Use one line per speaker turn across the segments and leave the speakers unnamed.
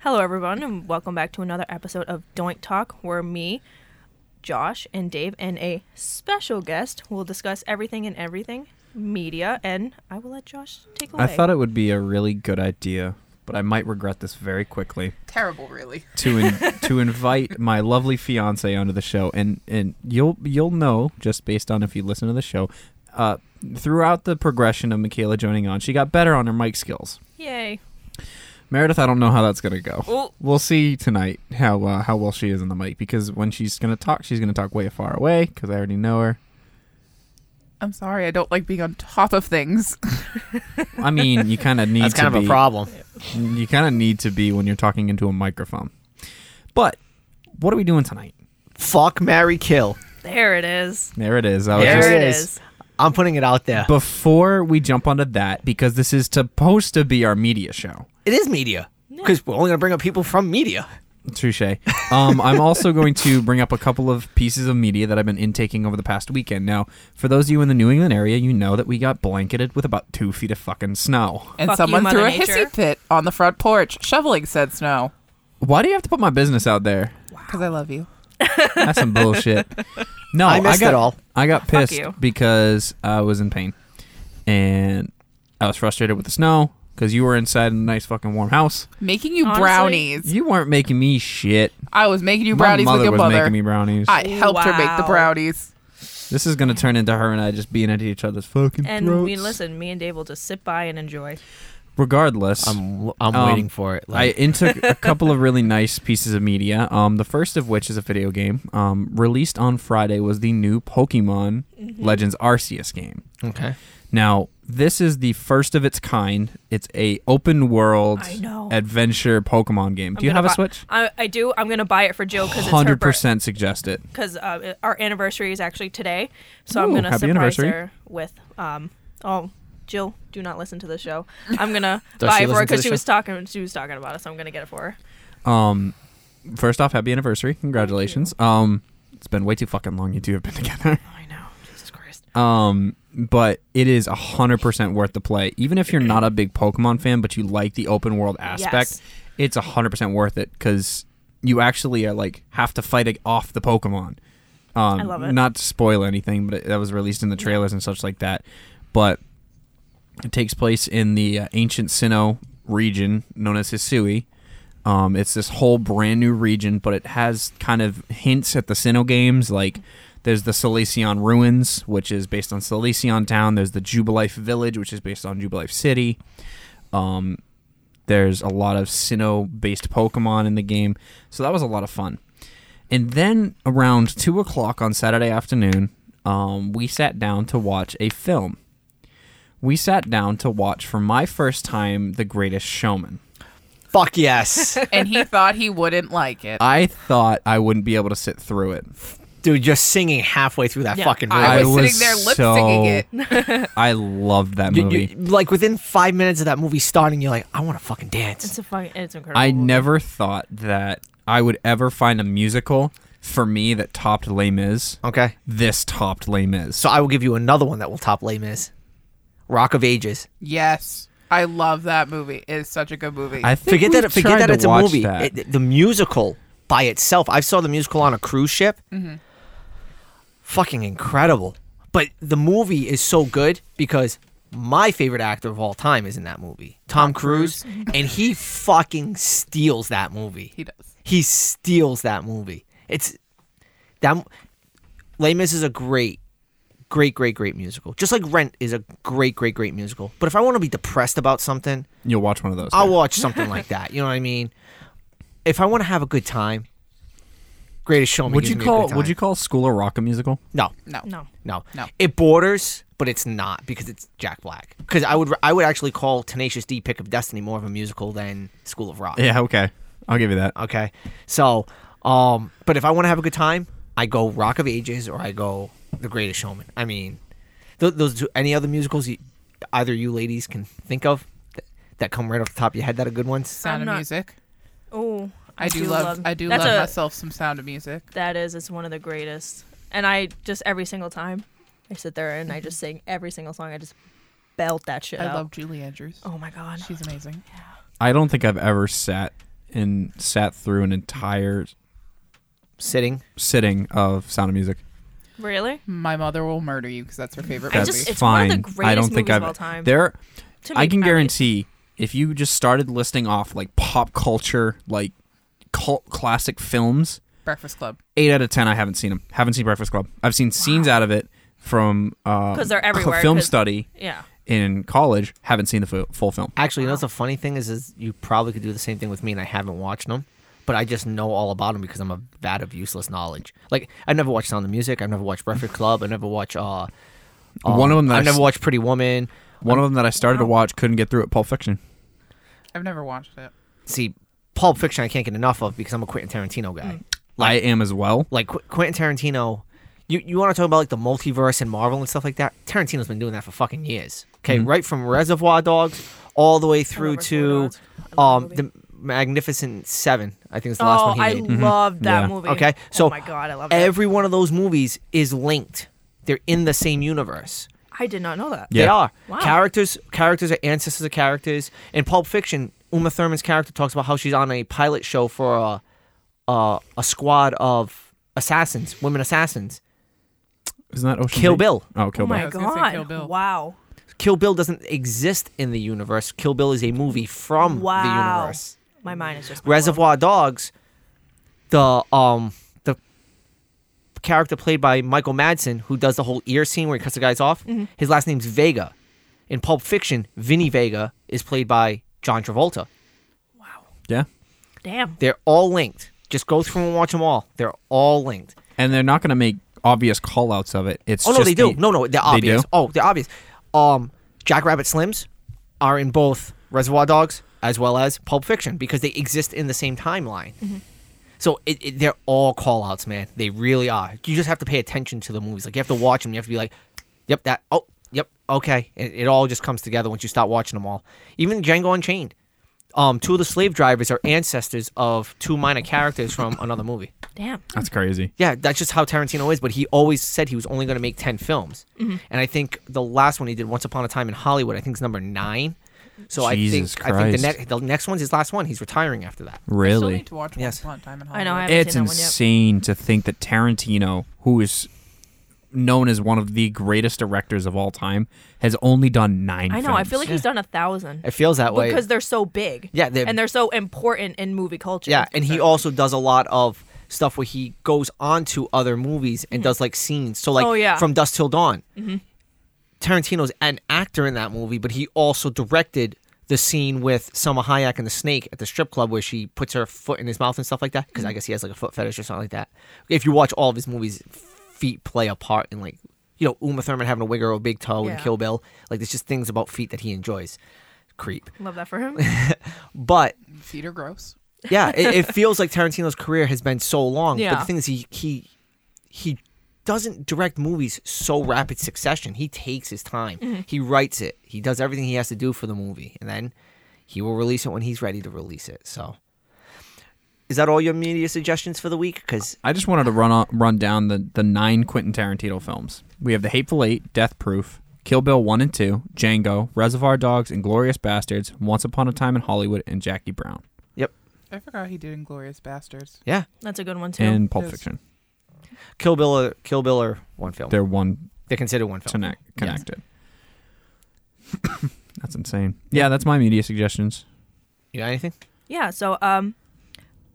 Hello, everyone, and welcome back to another episode of Doink Talk, where me, Josh, and Dave, and a special guest will discuss everything and everything media. And I will let Josh take away.
I thought it would be a really good idea, but I might regret this very quickly
Terrible, really.
to in, to invite my lovely fiance onto the show, and and you'll you'll know just based on if you listen to the show. Uh, throughout the progression of Michaela joining on, she got better on her mic skills.
Yay!
Meredith, I don't know how that's gonna go.
Oh.
We'll see tonight how uh, how well she is on the mic because when she's gonna talk, she's gonna talk way far away because I already know her.
I'm sorry, I don't like being on top of things.
I mean, you kind of need
That's
to
kind of
be-
a problem.
you kind of need to be when you're talking into a microphone. But what are we doing tonight?
Fuck, Mary, kill.
There it is.
There it is. I was
There
There
just-
it
it
is.
is.
I'm putting it out there.
before we jump onto that because this is supposed to be our media show.
it is media because we're only gonna bring up people from media.
Touche. Um, I'm also going to bring up a couple of pieces of media that I've been intaking over the past weekend. Now, for those of you in the New England area, you know that we got blanketed with about two feet of fucking snow.
And
Fuck
someone
you,
threw a
Mother Nature.
hissy fit on the front porch, shoveling said snow.
Why do you have to put my business out there?
Because I love you.
That's some bullshit. No,
I
I,
missed
got
it all.
I got pissed
you.
because I was in pain, and I was frustrated with the snow because you were inside in a nice fucking warm house.
Making you
Honestly-
brownies.
You weren't making me shit.
I was making you
My
brownies
mother
with your
was
mother.
making me brownies.
I helped her make the
Wow.
brownies.
this is gonna turn into her and I just being at each other's fucking
And
throats.
we listen. Me and Dave will just sit by and enjoy.
Regardless,
I'm I'm
Um,
waiting for it.
I
Like,
intook a couple of really nice pieces of media. Um, the first of which is a video game. Um, released on Friday was the new Pokemon
Mm-hmm.
Legends Arceus game.
okay.
Now, this is the first of its kind. It's a open world
I know.
adventure Pokemon game. Do
I'm
you
gonna
have a
buy-
Switch?
I, I do. I'm gonna buy it for Jill because it's her
Hundred
birthday.
percent suggest it.
because uh, our anniversary is actually today. So
Ooh,
I'm gonna
happy
surprise
anniversary.
her with um oh. Jill, do not listen to the show. I'm gonna
Does
buy
she
it for her
listen to
because
the
she
show?
was talking. She was talking about it, so I'm gonna get it for her.
Um, first off, happy anniversary! Congratulations. Um, it's been way too fucking long. You two have been together.
Oh,
I know, Jesus Christ.
Um, but it is hundred percent worth the play. Even if you're not a big Pokemon fan, but you like the open world aspect,
Yes.
it's it's hundred percent worth it because you actually are like have to fight ag- off the Pokemon. Um,
I love it.
Not to spoil anything, but it, that was released in the trailers and such like that. But it takes place in the uh, ancient Sinnoh region known as Hisui. Um, it's this whole brand new region, but it has kind of hints at the Sinnoh games. Like there's the Salacion Ruins, which is based on Salacion Town. There's the Jubilife Village, which is based on Jubilife City. Um, there's a lot of Sinnoh based Pokemon in the game. So that was a lot of fun. And then around 2 o'clock on Saturday afternoon, um, we sat down to watch a film. We sat down to watch, for my first time, The Greatest Showman.
Fuck yes,
and he thought he wouldn't like it.
I thought I wouldn't be able to sit through it.
dude! You're singing halfway through that
Yeah.
fucking movie.
I was
I
sitting
was
there lip singing
so-
it.
I loved that
You-
movie.
you- like within five minutes of that movie starting, you're like, I want to fucking dance.
It's a fun. It's incredible.
I
movie.
never thought that I would ever find a musical for me that topped Les Mis.
Okay,
This topped Les Mis.
so I will give you another one that will top Les Mis, Rock of Ages.
Yes. I love that movie. It is such a good movie.
I think
Forget
we
that. Forget
tried
that
to
it's a
watch
movie.
that.
It- the musical by itself. I saw the musical on a cruise ship. Fucking incredible. But the movie is so good because my favorite actor of all time is in that movie, Tom Cruise, and he fucking steals that movie.
he does.
He steals that movie. It's that. Les Mis is a great, great, great, great musical. Just like Rent is a great, great, great musical. But if I want to be depressed about something,
You'll watch one of those.
I'll
yeah.
watch something like that. You know what I mean? If I want to have a good time, Greatest Showman.
Would
gives
you
me a
call
good time.
Would you call School of Rock a musical?
No,
No.
No.
no,
No.
It borders, but it's not because it's Jack Black. Because I would I would actually call Tenacious D: Pick of Destiny more of a musical than School of Rock.
Yeah. Okay. I'll give you that.
Okay. So, um, but if I want to have a good time, I go Rock of Ages or I go The Greatest Showman. I mean, th- those two, any other musicals you, either you ladies can think of th- that come right off the top of your head that are good ones.
Sound
I'm
of
not-
music.
Oh,
I do love, I do love
that's a-
myself some sound of music.
That is. It's one of the greatest. And I just every single time, I sit there and I just sing every single song. I just belt that shit
Mm-hmm. I
out.
love Julie Andrews.
oh my god.
She's amazing.
I don't think I've ever sat and sat through an entire
Sitting.
sitting of Sound of Music.
Really?
My mother will murder you because that's her favorite
I
That's
just-
movie.
it's one of
fine.
the
I don't
greatest
think
movies
I've
of all time.
there.
To
I
me, at
can
least.
guarantee if you just started listing off like pop culture, like cult classic films,
Breakfast Club.
eight out of ten I haven't seen them. Haven't seen Breakfast Club. I've seen scenes out of it from uh,
'Cause they're everywhere,
Film
'cause-
study
Yeah.
in college. Haven't seen the fu- full film.
Actually, you know what's the funny thing is, is you probably could do the same thing with me, and I haven't watched them, but I just know all about them because I'm a vat of useless knowledge. Like I never watched Sound of Music. I've never watched Breakfast Club. I never watched. Uh, um,
One of 'em that I
I never
s-
watched Pretty Woman.
One of them that I started to watch couldn't get through it. Pulp Fiction.
I've never watched it.
See, Pulp Fiction I can't get enough of because I'm a Quentin Tarantino
Hmm.
guy.
I am as well.
Like Qu- Quentin Tarantino, you you want to talk about like the multiverse and Marvel and stuff like that? Tarantino's been doing that for fucking years. Okay, right from Reservoir Dogs all the way through to
Hmm. Reservoir Dogs. I love
um
that
the Magnificent Seven. I think is the last
Oh,
one he
I
made. Mm-hmm.
love that
Yeah.
movie.
Okay, so
oh my god, I love it.
every one of those movies is linked. They're in the same universe.
I did not know that.
Yeah.
They are
Wow.
characters. Characters are ancestors of characters. In Pulp Fiction, Uma Thurman's character talks about how she's on a pilot show for a a, a squad of assassins, women assassins.
Isn't that Ocean
Kill
Eight?
Bill.
Oh, Kill
oh
Bill.
my
was gonna say Kill
god.
Bill.
Wow.
Kill Bill doesn't exist in the universe. Kill Bill is a movie from the
Wow.
universe.
My mind is just blown.
Reservoir Dogs, the um the character played by Michael Madsen, who does the whole ear scene where he cuts the guys off, his last name's Vega. In Pulp Fiction, Vinny Vega is played by John Travolta.
Yeah.
Damn.
They're all linked. Just go through and watch them all. They're all linked.
And they're not going to make obvious call outs of it. It's
Oh no,
just
they do.
a-
no, no,
They do?
they're obvious. Oh, they're obvious. Um, Jackrabbit Slims are in both Reservoir Dogs as well as Pulp Fiction because they exist in the same timeline. So it, it, they're all call outs, man. They really are. You just have to pay attention to the movies. Like you have to watch them. You have to be like, yep, that. Oh, yep, okay. It, it all just comes together once you start watching them all. Even Django Unchained. Um, two of the slave drivers are ancestors of two minor characters from another movie.
Damn.
That's crazy.
Yeah, that's just how Tarantino is. But he always said he was only going to make ten films, and I think the last one he did, Once Upon a Time in Hollywood, I think is number nine. So
Jesus
I think I think the,
Christ.
next the next one's his last one. He's retiring after that.
I still
Really?
need to watch
Yes.
yes. Once Upon a Time in
I know, I haven't
Hollywood.
It's
seen that one yet.
insane to think that Tarantino, who is known as one of the greatest directors of all time, has only done nine.
I know. I feel like
films.
he's done a thousand.
It feels that way.
because they're so big.
Yeah, they're-
and they're so important in movie culture.
yeah, and he also does a lot of stuff where he goes on to other movies and does like scenes. So like
Mm-hmm. Oh, yeah. Mm-hmm.
from Dust Till Dawn, Tarantino's an actor in that movie, but he also directed the scene with Selma Hayek and the snake at the strip club where she puts her foot in his mouth and stuff like that. Because
Mm-hmm.
I guess he has like a foot fetish or something like that. If you watch all of his movies, feet play a part in like you know Uma Thurman having a wig or a big toe and
Yeah.
Kill Bill. Like there's just things about feet that he enjoys. Creep,
love that for him.
but
Feet are gross.
yeah, it, it feels like Tarantino's career has been so long. But
Yeah.
the thing is, he he he doesn't direct movies so rapid succession. He takes his time.
Mm-hmm.
He writes it. He does everything he has to do for the movie, and then he will release it when he's ready to release it. So, is that all your media suggestions for the week? Because
I just wanted to run on, run down the, the nine Quentin Tarantino films. We have The Hateful Eight, Death Proof, Kill Bill 1 and 2, Django, Reservoir Dogs, Inglorious Bastards, Once Upon a Time in Hollywood, and Jackie Brown,
yep,
I forgot he did Inglorious Bastards.
yeah,
That's a good one too.
and Pulp
Yes.
Fiction.
Kill Bill, or, Kill Bill, or one film. They're,
They're one
considered one film.
connect, connected. that's insane. Yeah, that's my media suggestions.
You got anything?
yeah. So um,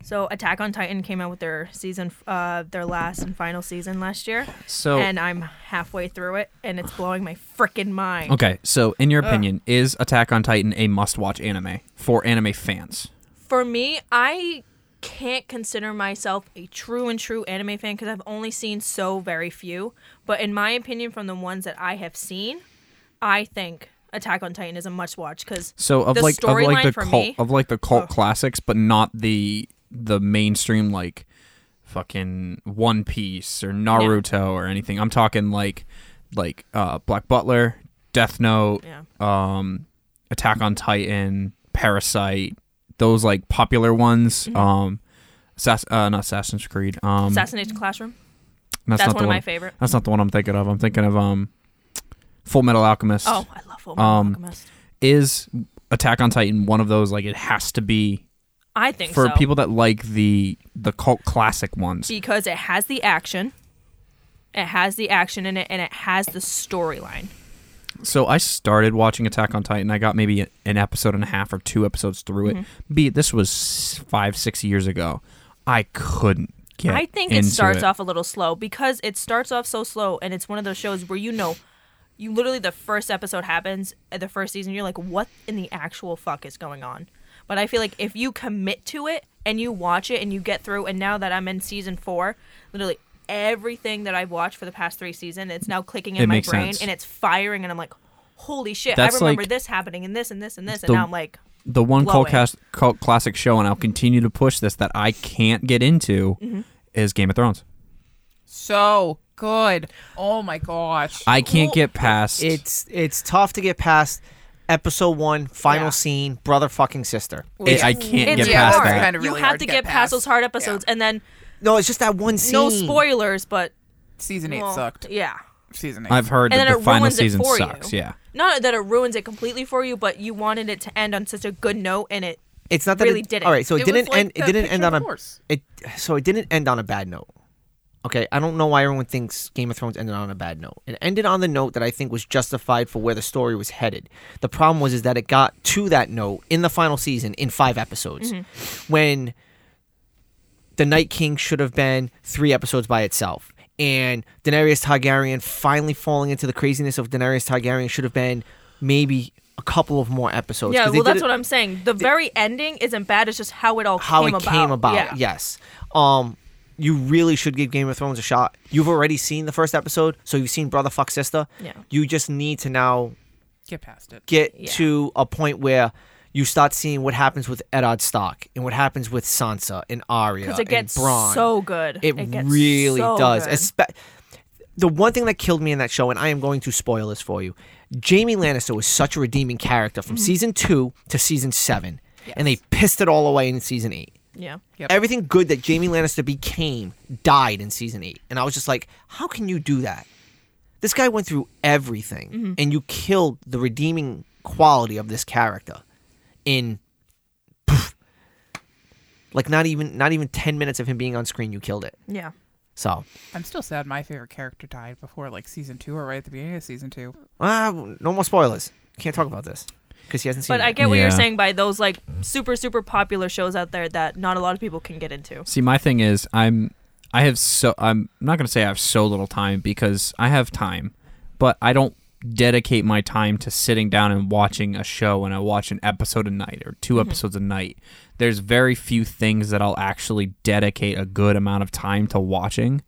so Attack on Titan came out with their season, uh, their last and final season last year,
So
and I'm halfway through it, and it's blowing my freaking mind.
Okay, so in your opinion, is Attack on Titan a must-watch anime for anime fans?
For me, I can't consider myself a true and true anime fan because I've only seen so very few. But in my opinion, from the ones that I have seen, I think Attack on Titan is a must watch because
So of
the
like of like
storyline
the
for
cult
me-
of like the cult classics, but not the the mainstream like fucking One Piece or Naruto or anything. I'm talking like like uh, Black Butler, Death Note,
yeah.
um, Attack on Titan, Parasite, those like popular ones.
Mm-hmm.
Um, Assass- uh, not Assassin's Creed. Um,
Assassination Classroom.
that's
That's
not
one
the
of
one.
my favorite.
That's not the one I'm thinking of. I'm thinking of um, Full Metal Alchemist.
Oh, I love Full
Um,
Alchemist.
Is Attack on Titan one of those like it has to be
I think
for
so.
people that like the the cult classic ones.
because it has the action. It has the action in it and it has the storyline.
So I started watching Attack on Titan. I got maybe an episode and a half or two episodes through it.
Mm-hmm.
Be it this was five six years ago. I couldn't get.
I think it
into
starts
it.
off a little slow because it starts off so slow and it's one of those shows where you know you literally the first episode happens at the first season you're like what in the actual fuck is going on. But I feel like if you commit to it and you watch it and you get through and now that I'm in season 4, literally everything that I've watched for the past 3 seasons it's now clicking in
It
my
makes
brain
sense.
and it's firing and I'm like holy shit I
That's
remember
like-
this happening and this and this and this
the-
and now I'm like
the one cult,
blowing.
cast, cult classic show, and I'll continue to push this that I can't get into
Mm-hmm.
is Game of Thrones.
So good. Oh my gosh.
I can't
Well,
get past
It's it's tough to get past episode one, final
Yeah.
scene, brother fucking sister.
It- I can't
it's
get past
hard.
that.
Kinda
you
really
have
hard
to get past those hard episodes and then
No, it's just that one scene.
no spoilers, but
Season eight
well,
sucked.
Yeah,
Season eight.
I've heard
and
that
then
the
it
final
ruins it
season
for
sucks.
you.
Yeah,
not that it ruins it completely for you, but you wanted it to end on such a good note, and it
It's not that
really
it,
didn't.
All right, so it,
It was
didn't
like
end. It
the
didn't
picture
end
of
on
a
a
horse.
it. So it didn't end on a bad note. Okay, I don't know why everyone thinks Game of Thrones ended on a bad note. It ended on the note that I think was justified for where the story was headed. The problem was is that it got to that note in the final season in five episodes,
Mm-hmm.
when the Night King should have been three episodes by itself. And Daenerys Targaryen finally falling into the craziness of Daenerys Targaryen should have been maybe a couple of more episodes.
yeah.
Oh, 'cause they
Well,
did
that's
it-
what I'm saying. The very ending isn't bad. It's just how it all
how
came
it
about.
came about.
Yeah.
Yes. Um, you really should give Game of Thrones a shot. You've already seen the first episode, so you've seen brother fuck sister.
Yeah.
You just need to now
get past it.
get
Yeah.
to a point where you start seeing what happens with Eddard Stark and what happens with Sansa and Arya
because it gets
and Bronn.
so good.
It,
gets
really
so
does.
good.
Espe- the one thing that killed me in that show, and I am going to spoil this for you, Jamie Lannister was such a redeeming character
Mm-hmm.
from season two to season seven, and they pissed it all away in season eight.
yeah.
Yep.
Everything good that Jamie Lannister became died in season eight, and I was just like, how can you do that? This guy went through everything,
Mm-hmm.
and you killed the redeeming quality of this character in. pff, Like not even not even ten minutes of him being on screen, you killed it.
Yeah.
So
I'm still sad my favorite character died before like season two or right at the beginning of season two.
Ah, no more spoilers. Can't talk about this because he hasn't seen
But
it.
I get what you're
Yeah.
saying by those like super super popular shows out there that not a lot of people can get into.
See, my thing is, I'm, I have so, I'm not gonna say I have so little time because I have time, but I don't dedicate my time to sitting down and watching a show and I watch an episode a night or 2 episodes a night. There's very few things that I'll actually dedicate a good amount of time to watching.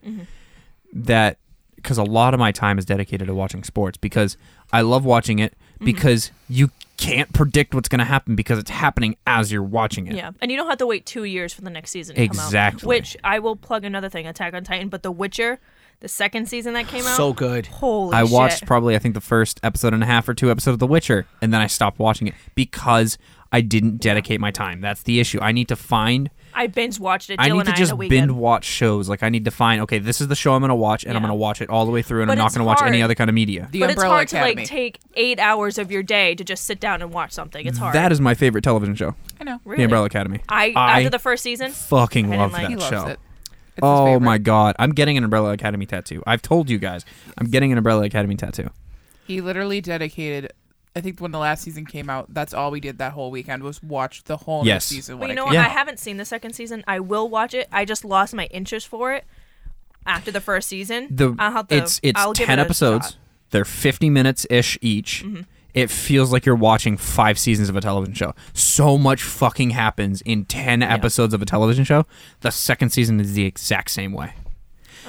That because a lot of my time is dedicated to watching sports because I love watching it because you can't predict what's going to happen because it's happening as you're watching it.
Yeah, and you don't have to wait two years for the next season to come out.
Exactly.
Which I will plug another thing: Attack on Titan, but The Witcher, the second season that came out,
so good.
holy.
I watched
shit.
probably I think the first episode and a half or two episodes of The Witcher, and then I stopped watching it because I didn't dedicate my time. That's the issue. I need to find.
I binge watched it. Jill
I need
and
to
I
just
the weekend.
binge watch shows. Like I need to find. Okay, this is the show I'm gonna watch, and I'm
Yeah.
gonna watch it all the way through, and
But
I'm not
it's
gonna watch any
hard.
other kind of media.
The
but it's
Umbrella
hard to
Academy.
like take eight hours of your day to just sit down and watch something. It's hard.
That is my favorite television show,
I know.
really.
The Umbrella Academy.
I after the first season,
fucking
I
love
didn't like-
that
He loves
show.
it. It's his
Oh
favorite.
my god, I'm getting an Umbrella Academy tattoo. I've told you guys, I'm getting an Umbrella Academy tattoo.
He literally dedicated. I think when the last season came out, that's all we did that whole weekend was watch the whole new
Yes.
season.
well,
When
you
it
know
came
what?
Yeah.
I haven't seen the second season. I will watch it. I just lost my interest for it after the first season.
the
I'll have to,
it's it's
I'll give
ten
it a
episodes.
shot. Mm-hmm.
They're fifty minutes ish each. It feels like you're watching five seasons of a television show. So much fucking happens in ten episodes of a television show. The second season is the exact same way.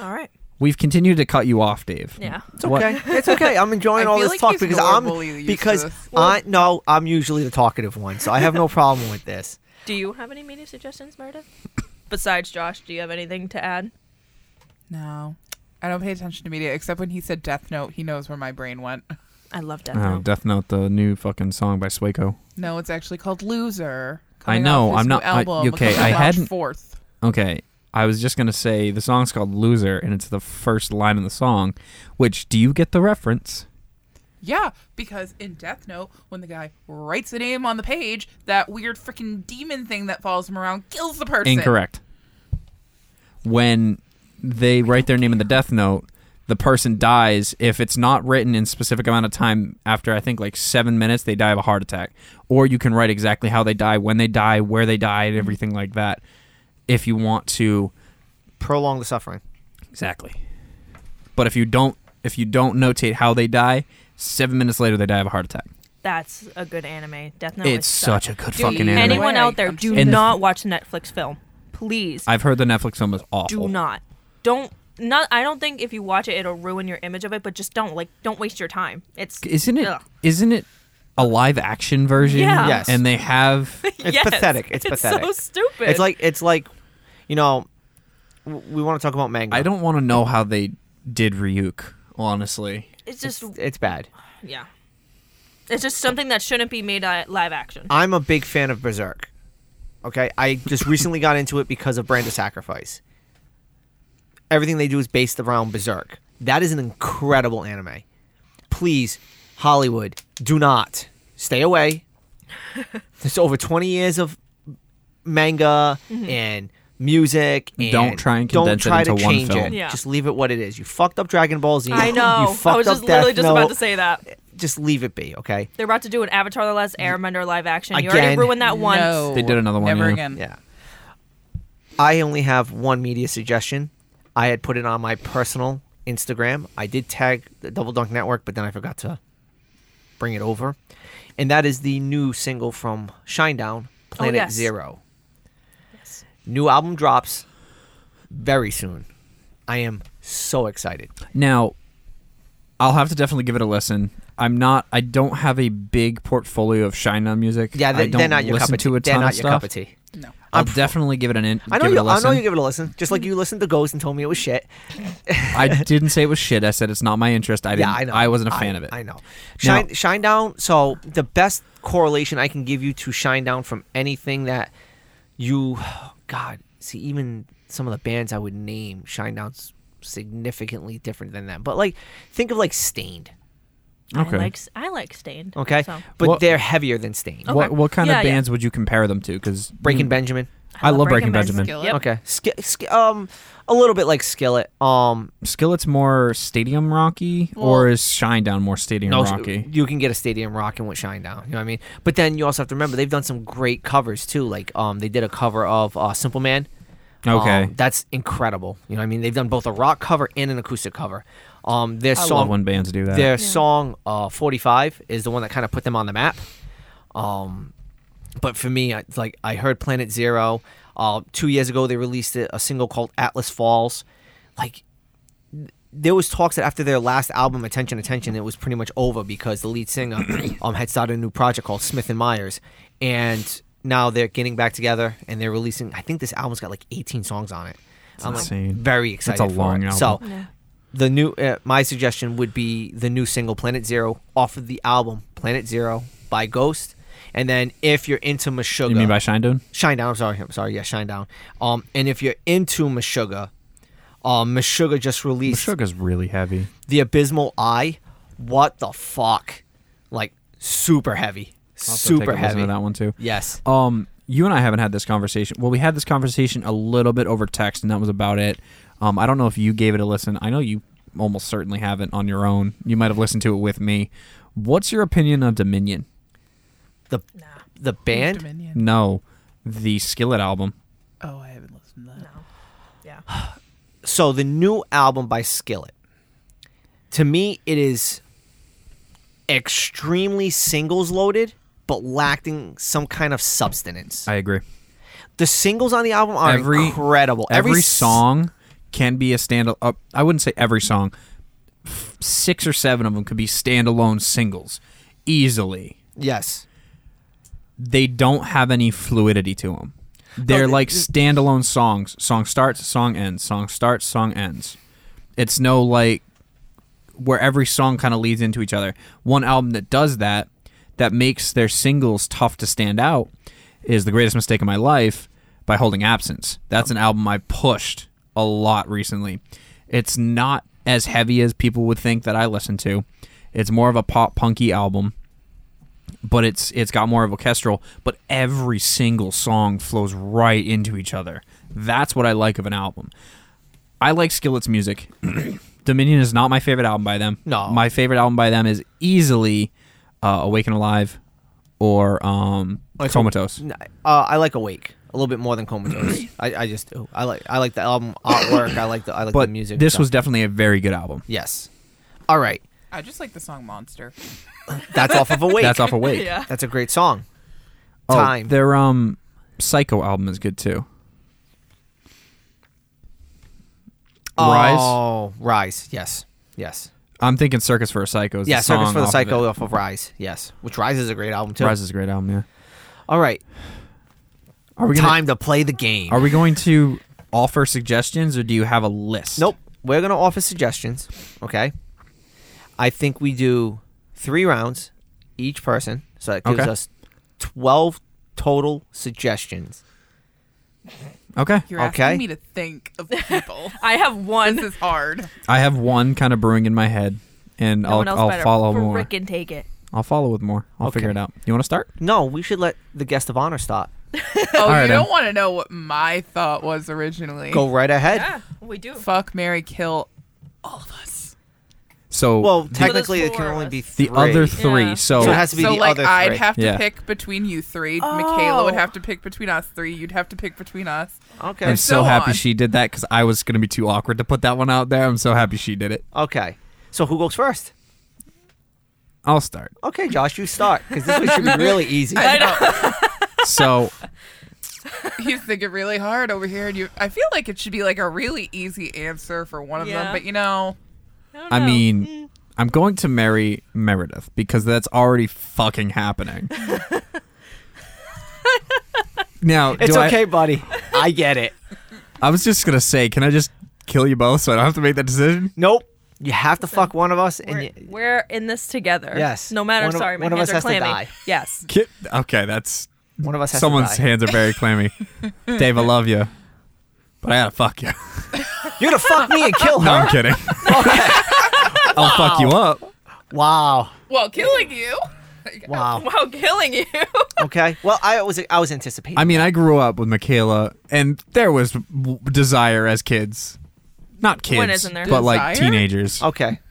All right.
We've continued to cut you off, Dave.
Yeah.
It's okay. it's okay. I'm enjoying
I
all
feel
this
like
talk
he's
because I'm
normally used
because
to
I no, I'm usually the talkative one, so I have no problem with this.
Do you have any media suggestions, Meredith? Besides Josh, do you have anything to add?
No, I don't pay attention to media except when he said Death Note. He knows where my brain went.
I love Death
Oh,
Note.
Death Note, the new fucking song by Swayco.
No, it's actually called Loser.
I
coming
know,
off his
I'm
new
not- I-
Album
okay,
coming
I
out
hadn't-
Fourth.
Okay, I was just gonna say the song's called "Loser" and it's the first line of the song. Which do you get the reference?
Yeah, because in Death Note, when the guy writes the name on the page, that weird freaking demon thing that follows him around kills the person.
Incorrect. When they write their name in the death note, the person dies if it's not written in specific amount of time after I think like 7 minutes they die of a heart attack or you can write exactly how they die, when they die, where they die
Mm-hmm.
and everything like that if you want to
Prolong the suffering.
Exactly. But if you don't if you don't notate how they die, 7 minutes later they die of a heart attack.
That's a good anime. Death Note.
it's
is
such a good
Dude,
fucking anime.
Anyone
Right,
out there,
I'm
do
serious.
And the-
not watch the Netflix film. Please
I've heard the Netflix film is awful.
do not. Don't not. I don't think if you watch it, it'll ruin your image of it. But just don't like. Don't waste your time. It's
Isn't it?
Ugh.
not it a live action version?
Yeah.
Yes.
And they have
It's
Yes,
pathetic. It's, pathetic.
so stupid.
It's like it's like, you know, w- we want to talk about manga.
I don't want to know how they did Ryuk, honestly.
it's
It's,
just
it's bad.
yeah. It's just something that shouldn't be made uh, live action.
I'm a big fan of Berserk. Okay, I just recently got into it because of Brand of Sacrifice. Everything they do is based around Berserk. That is an incredible anime. Please, Hollywood, do not stay away. There's over 20 years of manga
Mm-hmm.
and music. And
Don't try and
don't
condense it
try to
into one
change
film.
It.
Yeah.
Just leave it what it is. You fucked up Dragon Ball Z.
I
You
know.
fucked
I was
up
just literally
Death
just about
Note.
to say that.
Just leave it be, okay?
They're about to do an Avatar: The Last Airbender live action. You
Again.
already ruined that once.
No,
They did another one,
Never
yeah.
again.
Yeah. I only have one media suggestion. I had put it on my personal Instagram. I did tag the Double Dunk Network, but then I forgot to bring it over. And that is the new single from Shinedown, Planet
yes.
Zero. New album drops very soon. I am so excited.
Now, I'll have to definitely give it a listen. I'm not. I don't have a big portfolio of Shinedown music.
Yeah,
I
they,
don't
they're not your
listen
cup of tea.
to a
They're
ton
not
of
your
stuff.
cup of tea.
No.
I'll definitely give it an. In,
I know
give
you.
It a
I
listen.
know you give it a listen, just like you listened to Ghost and told me it was shit.
I didn't say it was shit. I said it's not my interest. I didn't.
Yeah, I know.
wasn't a fan
I-
of it.
I know. Shine,
Now-
Shine Down. So the best correlation I can give you to Shine Down from anything that you, God, see, even some of the bands I would name, Shine Down's significantly different than them. But like, think of like Stained.
Okay.
I like s- I like Stained.
Okay,
So.
but
What-
they're heavier than Stained.
What what kind
Yeah,
of
yeah.
bands would you compare them to? Because
Breaking Benjamin.
I love Breaking Benjamin.
Skillet.
Yep.
Okay, Sk- sk- um, a little bit like Skillet. Um,
Skillet's more stadium rocky, or is Shinedown more stadium
No,
rocky?
You can get a stadium rocking with Shinedown. You know what I mean? But then you also have to remember they've done some great covers too. Like um, they did a cover of uh, Simple Man.
Okay.
Um, that's incredible. You know what I mean? They've done both a rock cover and an acoustic cover. Um, their
I
song,
love when bands do that.
their song uh, "45" is the one that kind of put them on the map. Um, but for me, I, like I heard Planet Zero. Uh, two years ago, they released a, a single called Atlas Falls. Like there was talks that after their last album, Attention, Attention, it was pretty much over because the lead singer um, had started a new project called Smith and Myers, and now they're getting back together and they're releasing. I think this album's got like 18 songs on it. I'm like,
insane.
very excited. for
long
it.
album.
So
Yeah.
the new uh, my suggestion would be the new single Planet Zero off of the album Planet Zero by Ghost. And then if you're into Meshuggah,
You mean by Shinedown?
Shine Down. I'm sorry. I'm sorry. Yeah, Shine Down. Um, and if you're into Meshuggah, um, Meshuggah just released
Sugar's really heavy.
the Abysmal Eye. What the fuck? Like super
I'll
heavy,
have to
super
take a listen
heavy.
to that one too.
Yes.
Um, you and I haven't had this conversation. Well, we had this conversation a little bit over text, and that was about it. Um, I don't know if you gave it a listen. I know you almost certainly haven't on your own. You might have listened to it with me. What's your opinion of Dominion?
The the band.
Dominion.
No, the Skillet album.
Oh, I haven't listened to that.
Yeah.
So the new album by Skillet. To me, it is extremely singles loaded, but lacking some kind of substance.
I agree.
the singles on the album are
Every-
incredible.
Every,
s-
song can be a stand. Uh, I wouldn't say every song. F- Six or seven of them could be standalone singles, easily.
Yes.
they don't have any fluidity to them. They're like standalone songs. Song starts, song ends. Song starts, song ends. It's no like where every song kind of leads into each other. One album that does that, that makes their singles tough to stand out, is The Greatest Mistake of My Life by Holding Absence. That's an album I pushed a lot recently. It's not as heavy as people would think that I listen to. It's more of a pop punky album, but it's it's got more of orchestral. But every single song flows right into each other. That's what I like of an album. I like Skillet's music. Dominion is not my favorite album by them.
No.
my favorite album by them is easily uh, Awaken Alive or um, Comatose.
N- Uh, I like Awake a little bit more than Comatose. I, I just do. I like I like the album artwork. I like the I like
but
the music.
this
itself.
was definitely a very good album.
yes. All right,
I just like the song Monster.
that's off of Awake.
That's off Awake.
yeah.
That's a great song.
Oh,
Time.
Their um Psycho album is good too. Rise.
Oh, Rise. Yes. Yes.
I'm thinking Circus for a Psycho. Is
Yeah,
the
Circus
song
for the
off of
Psycho
it.
off of Rise. Yes. Which Rise is a great album too.
Rise is a great album. Yeah.
All right.
Are we gonna,
Time to play the game.
Are we going to offer suggestions or do you have a list?
Nope. We're going to offer suggestions. Okay. I think we do three rounds each person. So that gives
Okay.
us 12 total suggestions.
Okay.
You're
Okay.
asking me to think of people.
I have one.
this is hard.
I have one kind of brewing in my head, and
No one
I'll
else
I'll
better
follow more.
frickin' take it.
I'll follow with more. I'll
Okay.
figure it out. You want to start?
No, we should let the guest of honor start.
Oh,
right,
you
Em.
don't want to know what my thought was originally.
Go right ahead.
Yeah, we do.
Fuck, Mary, kill all of us.
So
Well,
the,
technically,
there's
it can
four of
only
us.
be
the
three.
other three.
Yeah.
So,
So it has to be
so
the
like,
other
I'd
three.
have to
Yeah.
pick between you three. Michaela would
Oh.
have to pick between us three. You'd have to pick between us.
Okay.
I'm so
so
happy
on.
she did that because I was gonna be too awkward to put that one out there. I'm so happy she did it.
Okay. So who goes first?
I'll start.
Okay, Josh, you start because this one should be really easy.
I know.
So
uh, He's thinking really hard over here, and you. I feel like it should be like a really easy answer for one of
Yeah.
them, but you know,
I
Oh.
mean, I'm going to marry Meredith because that's already fucking happening. now,
It's
do I-
okay, buddy. I get it.
I, was just gonna say, can I just kill you both so I don't have to make that decision?
Nope. You have to fuck one of us, and
we're,
you,
we're in this together.
Yes.
No matter.
One of-
sorry, my
one of
hands
us
are
has to
clammy.
die.
Yes.
Ki- okay, that's
one of us has
someone's
to die.
hands are very clammy. Dave, I love you, but I gotta fuck you.
You're gonna fuck me and kill
No,
her.
I'm kidding.
Okay.
I'll fuck you up.
Wow.
well, killing you.
Wow.
Wow, killing you.
Okay. Well, I was I was anticipating.
I mean, I grew up with Michaela, and there was w- desire as kids. Not kids,
When isn't there?
but like
Desire?
teenagers.
okay.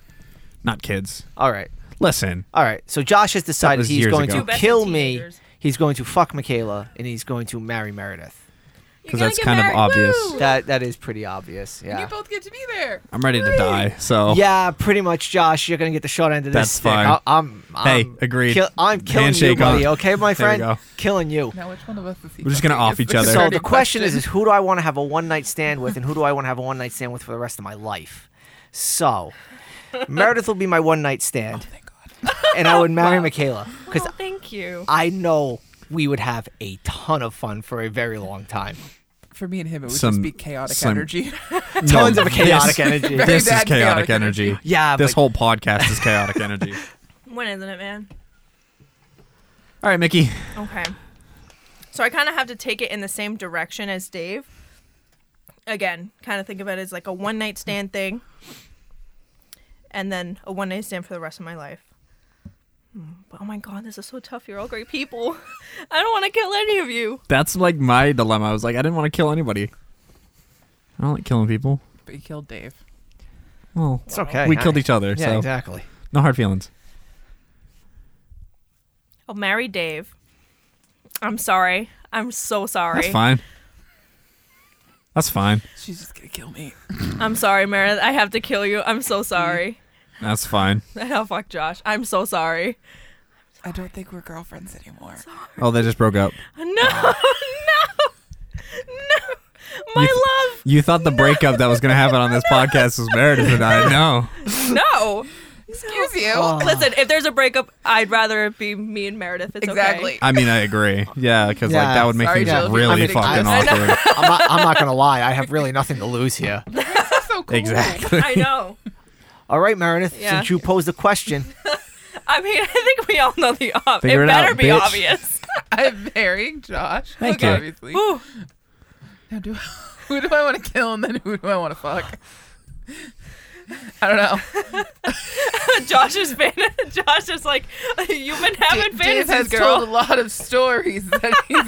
Not kids.
All right.
Listen,
All right. So Josh has decided
was
he's
years
going
ago. Two
to
best
kill me.
teenagers.
He's going to fuck Michaela, and he's going to marry Meredith.
because that's kind of obvious.
That that is pretty obvious. Yeah.
You both get to be there.
I'm ready to die. So
Yeah, pretty much, Josh. You're gonna get the short end of this.
Oh. That's
stick.
fine.
I, I'm, I'm.
Hey, agreed.
kill- I'm killing you,
Handshake
buddy.
on.
Okay, my
There we
friend.
go.
Killing you.
Now, which one of us is he
We're just gonna
fucking
off
is
each other.
So the
starting
question is, is who do I want to have a one night stand with, and who do I want to have a one night stand with for the rest of my life? So, Meredith will be my one night stand,
Thank God.
and I would marry Michaela because
Oh, thank you.
I know we would have a ton of fun for a very long time.
For me and him, it would
Some-
just be chaotic
some-
energy.
Tons of
this-
chaotic energy.
Very
This is
bad
chaotic,
chaotic
energy.
energy.
Yeah,
this
but-
whole podcast is chaotic energy.
When isn't it, man?
All right, Mickey.
Okay. So I kind of have to take it in the same direction as Dave. Again, kind of think of it as like a one night stand thing, and then a one night stand for the rest of my life. Hmm, But oh my god, this is so tough. You're all great people. I don't want to kill any of you.
That's like my dilemma. I was like, I didn't want to kill anybody. I don't like killing people.
But you killed Dave.
Well,
It's okay.
we
I-
killed each other,
Yeah,
so
exactly.
no hard feelings.
I'll Oh, marry Dave. I'm sorry. I'm so sorry.
That's fine. That's fine.
She's just gonna kill me.
I'm sorry, Meredith. I have to kill you. I'm so sorry.
That's fine.
And I'll fuck Josh. I'm so sorry.
I don't think we're girlfriends anymore.
Oh, they just broke up.
No, no, no. My
You th-
love.
You thought the breakup that was going to happen on this podcast was Meredith and I. No.
Oh.
No. Oh,
Excuse you.
Oh.
Listen, if there's a breakup, I'd rather it be me and Meredith. It's
exactly.
Okay.
I mean, I agree. Yeah, because
Yeah.
like that would make
Sorry,
things
Jill, if you
really
wanted to
fucking
kiss.
I know.
awkward.
I'm not, I'm not gonna lie. I have really nothing to lose here.
That's so cool.
Exactly.
I know.
All right, Meredith.
Yeah.
Since you posed the question,
I mean, I think we all know the obvious.
Figure
It
it
better
out,
be
bitch.
obvious.
I'm marrying Josh.
Thank
Look,
you.
Obviously.
Ooh,
Now, do who do I want to kill and then who do I want to fuck? I don't know.
Josh's fan. Josh is like, you've been having
Dave
fantasies,
has
girl.
told a lot of stories. That he's,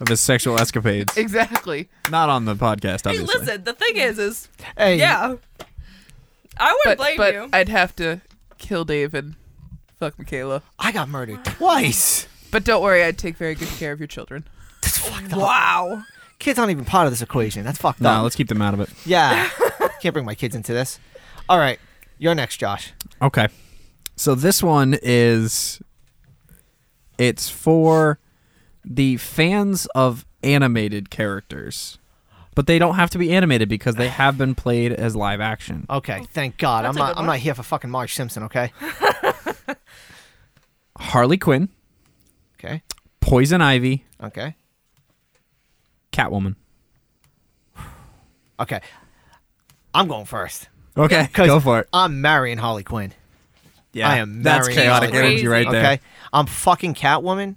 of his sexual escapades.
exactly.
Not on the podcast,
hey,
obviously.
listen. The thing is, is
Hey,
yeah, I wouldn't
But
blame
but
you.
I'd have to kill Dave and fuck Michaela.
I got murdered twice.
But don't worry, I'd take very good care of your children.
That's fucked up.
wow.
Kids aren't even part of this equation. That's fucked
No,
up.
let's keep them out of it.
Yeah. Can't bring my kids into this. All right. You're next, Josh.
Okay. So this one is it's for the fans of animated characters. But they don't have to be animated because they have been played as live action.
Okay. Thank God.
Oh,
I'm
a
not
good
I'm
one.
not here for fucking Marge Simpson, okay?
Harley Quinn,
Okay.
Poison Ivy,
Okay.
Catwoman.
Okay. I'm going first.
Okay,
'Cause
go for it.
I'm marrying Harley Quinn.
Yeah,
I am
that's
marrying
chaotic
Harley
energy
Quinn.
right there.
Okay. I'm fucking Catwoman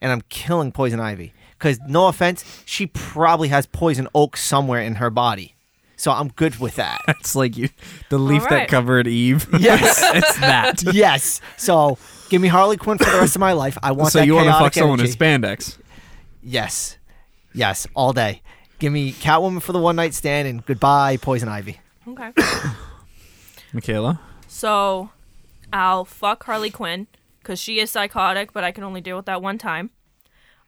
and I'm killing Poison Ivy. Because, no offense, she probably has poison oak somewhere in her body. So I'm good with that.
It's like you, the leaf that
right.
covered Eve.
Yes.
it's that.
yes. So give me Harley Quinn for the rest of my life. I want
so
that
you
want to
fuck someone in
energy.
spandex?
Yes. Yes. All day. Give me Catwoman for the one night stand and goodbye, Poison Ivy.
Okay.
Michaela,
So I'll fuck Harley Quinn because she is psychotic, but I can only deal with that one time.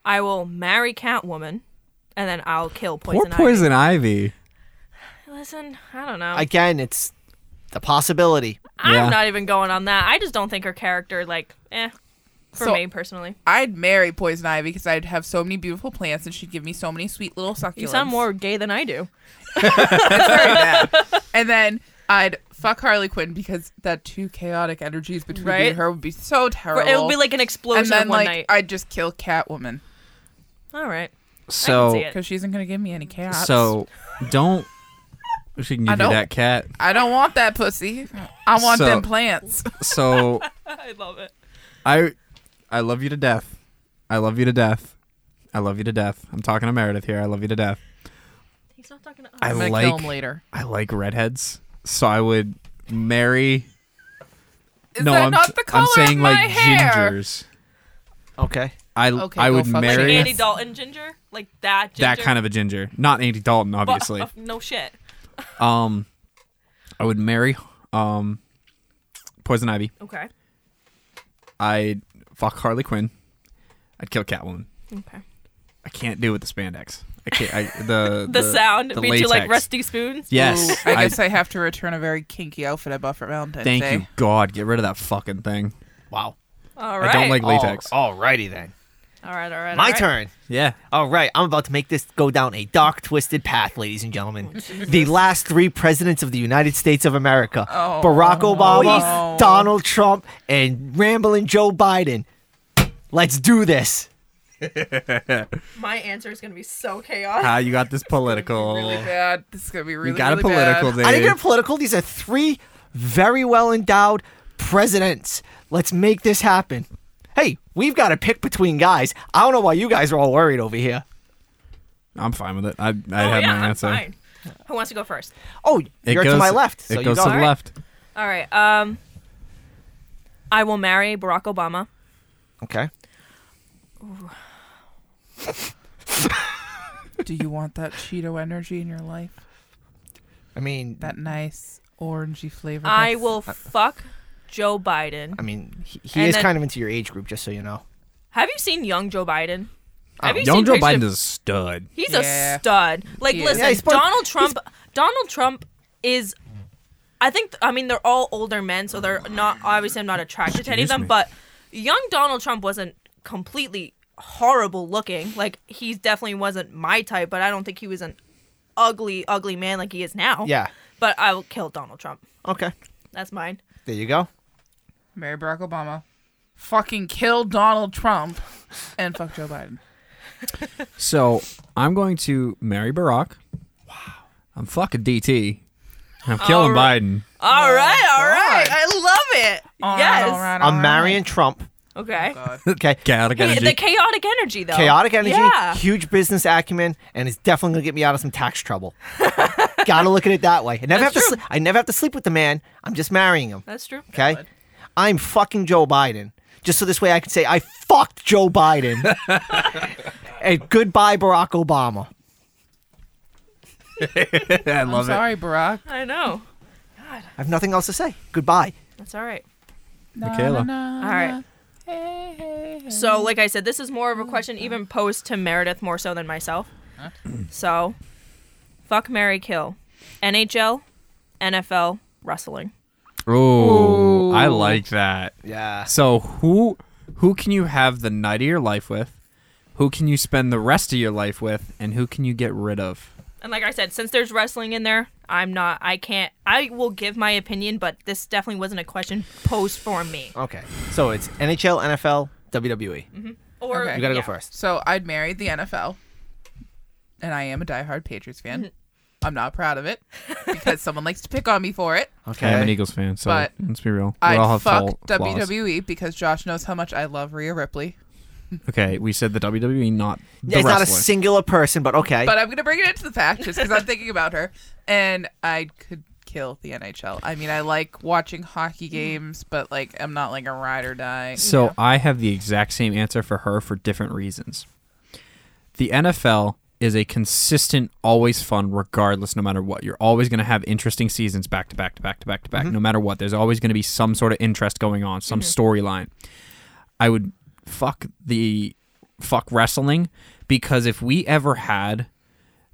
I will marry Catwoman, and then I'll kill
poor
Poison
Poison Ivy.
Ivy. Listen, I don't know. I,
Again, it's the possibility.
am
Yeah.
not even going on that. I just don't think her character, like, eh, for
So-
me personally.
I'd marry Poison Ivy because I'd have so many beautiful plants and she'd give me so many sweet little succulents.
You sound more gay than I do.
Very bad. And then I'd fuck Harley Quinn because that two chaotic energies between me
Right?
and her would be so
For-
terrible.
it would be like an
and
explosion
then
of one
like
night.
I'd just kill Catwoman
All right.
So
see it.
because she isn't gonna give me any cats.
So don't. She can give
I
you
don't-
that cat.
I don't want that pussy. I want
So-
them plants.
So
I love it.
I, I love you to death. I love you to death. I love you to death. I'm talking to Meredith here. I love you to death.
He's not talking to us.
I
I'm gonna
like.
kill him later.
I like redheads. So I would marry.
Is
no,
that
I'm,
not the color
I'm saying
of my
like
hair?
gingers.
Okay.
I
Okay,
I
go
would
fuck
like
marry
Andy Dalton ginger? Like that ginger?
that kind of a ginger, not Andy Dalton,
Well,
obviously.
uh, no shit.
Um, I would marry um, Poison Ivy.
Okay.
I'd fuck Harley Quinn. I'd kill Catwoman.
Okay.
I can't do with the spandex. I can't. I, the,
The, sound
the
made you like
latex.
rusty spoons.
Yes.
Ooh, I guess I, have to return a very kinky outfit I bought for Valentine's
thank
Day.
you, God. Get rid of that fucking thing.
Wow.
All right.
I don't like latex.
All, alrighty then.
All right, all right.
My
all right.
turn.
Yeah.
All right, I'm about to make this go down a dark, twisted path, ladies and gentlemen. the last three presidents of the United States of America
Oh.
Barack Obama,
Please.
Donald Trump, and rambling Joe Biden. Let's do this.
My answer is going to be so chaotic.
How Ah, you got this political?
Really bad. This is gonna be really.
you got
really
a political
bad.
there.
I didn't get political. These are three very well endowed presidents. Let's make this happen. Hey, we've got to pick between guys. I don't know why you guys are all worried over here.
I'm fine with it. I I would
oh,
have
yeah,
my
I'm
answer.
fine. Who wants to go first?
Oh,
It
you're
goes
to my left.
It
So you
goes
go.
to the left.
All right. Um, I will marry Barack Obama.
Okay.
Do you want that Cheeto energy in your life?
I mean,
That nice orangey flavor.
I
that's-
will fuck Joe Biden.
I mean, he, he
And
is
then-
kind of into your age group, just so you know.
Have you seen young Joe Biden? Have you
Oh, Young
seen
Joe
pictures
Biden
of-
is a stud.
He's
Yeah.
a stud. Like,
He is.
listen,
Yeah, he's part-
Donald Trump. Donald Trump is. I think. I mean, they're all older men, so they're not. Obviously, I'm not attracted to any of
Excuse
them.
me.
But young Donald Trump wasn't completely horrible looking. Like, he definitely wasn't my type. But I don't think he was an ugly, ugly man like he is now.
Yeah.
But I will kill Donald Trump.
Okay.
That's mine.
There you go.
marry Barack Obama, fucking kill Donald Trump, and fuck Joe Biden.
So I'm going to marry Barack. Wow. I'm fucking DT. I'm killing
right.
Biden.
All right, all
God.
right. I love
All
it.
right,
yes.
all right, all
I'm
right.
marrying Trump.
Okay.
God.
Okay.
Chaotic
Hey,
energy.
the chaotic energy, though.
Chaotic energy,
Yeah.
huge business acumen, and it's definitely going to get me out of some tax trouble. Gotta look at it that way. I never
That's
have
true.
to. Sl- I never have to sleep with the man. I'm just marrying him.
That's true.
Okay. I'm fucking Joe Biden. Just so this way I can say I fucked Joe Biden. and goodbye, Barack Obama.
I love it.
Sorry, Barack.
I know.
I have nothing else to say. Goodbye.
That's all right.
Michaela.
Uh-huh.
All right. So, like I said, this is more of a question even posed to Meredith more so than myself. So, fuck Mary Kill. NHL, NFL, wrestling.
Oh, I like that.
Yeah.
So who who can you have the night of your life with? Who can you spend the rest of your life with? And who can you get rid of?
And like I said, since there's wrestling in there, I'm not, I can't, I will give my opinion, but this definitely wasn't a question posed for me.
Okay. So it's NHL, NFL, WWE.
Or,
Okay.
E. You gotta
yeah.
go first.
So I'd married the NFL, and I am a diehard Patriots fan. I'm not proud of it because someone likes to pick on me for it.
Okay.
I am an Eagles fan, so
But
let's be real. We all
I'd
have
fuck
fault
WWE E because Josh knows how much I love Rhea Ripley.
Okay, we said the WWE, not the
Yeah, E. it's not a
wrestler.
singular person, but okay.
But I'm gonna bring it into the fact just because I'm thinking about her, and I could kill the NHL. I mean, I like watching hockey games, but like I'm not like a ride or die.
So I have the exact same answer for her for different reasons. The NFL is a consistent, always fun, regardless, no matter what. You're always going to have interesting seasons back to back to back to back to back, no matter what. There's always going to be some sort of interest going on, some storyline. I would fuck the fuck wrestling because if we ever had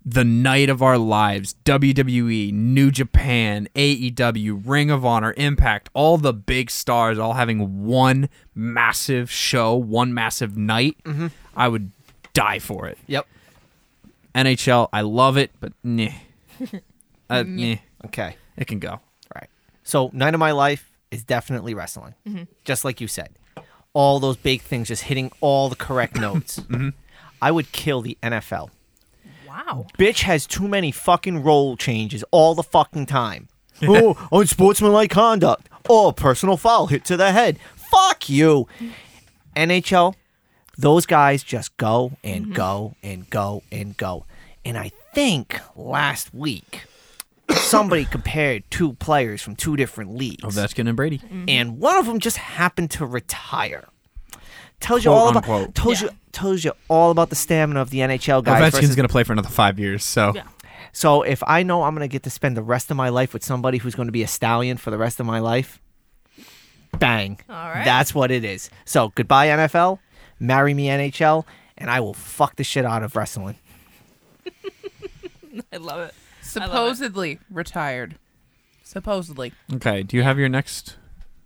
the night of our lives WWE, New Japan, AEW, Ring of Honor, Impact, all the big stars all having one massive show, one massive night,
Mm-hmm.
I would die for it.
yep.
NHL, I love it, but nah. Uh, nah.
Okay.
It can go.
Right. So night of my life is definitely wrestling, just like you said. All those big things, just hitting all the correct notes. I would kill the NFL.
Wow.
Bitch has too many fucking role changes all the fucking time. oh, unsportsmanlike conduct. Oh, personal foul hit to the head. Fuck you. NHL, those guys just go and go and go and go. And I think last week somebody compared two players from two different leagues
Ovechkin and Brady.
Mm.
and one of them just happened to retire. Tells you all about
unquote.
tells you tells you all about the stamina of the NHL guys.
Ovechkin's
versus-
going to play for another five years, so
Yeah.
so if I know I'm gonna get to spend the rest of my life with somebody who's gonna be a stallion for the rest of my life, bang.
All right.
That's what it is. So goodbye NFL, marry me NHL, and I will fuck the shit out of wrestling.
I love it.
Supposedly retired. Supposedly.
okay. Do you have your next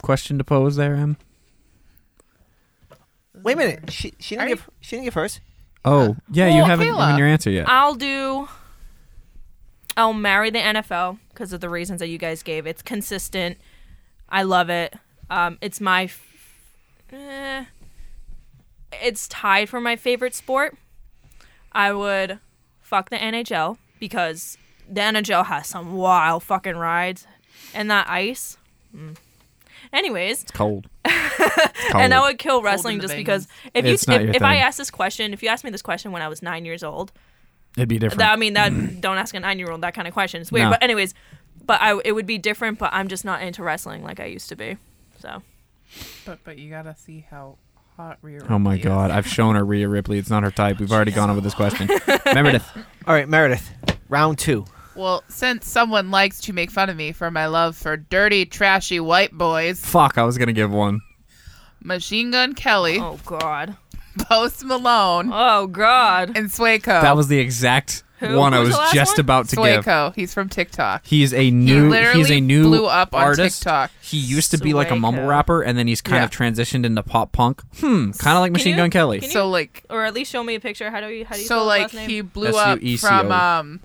question to pose there, Em?
Wait a minute, she she didn't
Are
give she didn't give hers.
Uh,
Oh, yeah, you
Well,
haven't given
Kayla.
your answer yet.
I'll do. I'll marry the NFL because of the reasons that you guys gave. It's consistent. I love it. Um, it's my. F- eh, it's tied for my favorite sport. I would fuck the NHL because the NHL has some wild fucking rides, and that ice. Mm. Anyways,
It's cold. It's
and I
cold.
would kill wrestling
in the
just
veins.
because if you
It's not your
if, if I
thing.
asked this question, if you asked me this question when I was nine years old,
It'd be different.
that, I mean, that don't ask a nine year old that kind of question. It's weird,
No.
but anyways, but I it would be different. But I'm just not into wrestling like I used to be. So
But but you gotta see how hot Rhea.
Oh my
Ripley is.
God! I've shown her Rhea Ripley. It's not her type. We've already gone over this question. Meredith,
All right, Meredith, round two.
Well, since someone likes to make fun of me for my love for dirty, trashy white boys,
fuck! I was gonna give one.
Machine Gun Kelly,
oh god,
Post Malone,
oh god,
and Swayco.
That was the exact
Oh. Who?
one I
Who's
was
the last
just
one?
about to give.
Swayco. He's from TikTok.
He's a new. he's
literally
a new
blew up on
artist.
TikTok.
He used to be like a mumble
Sueco.
rapper, and then he's kind
Yeah.
of transitioned into pop punk. Hmm, kind of like Machine
you-
Gun Kelly.
can you-
So like,
or at least show me a picture. How do you how do you spell
so
his
like
last name?
he blew
E
S-U-E-C-O.
up from um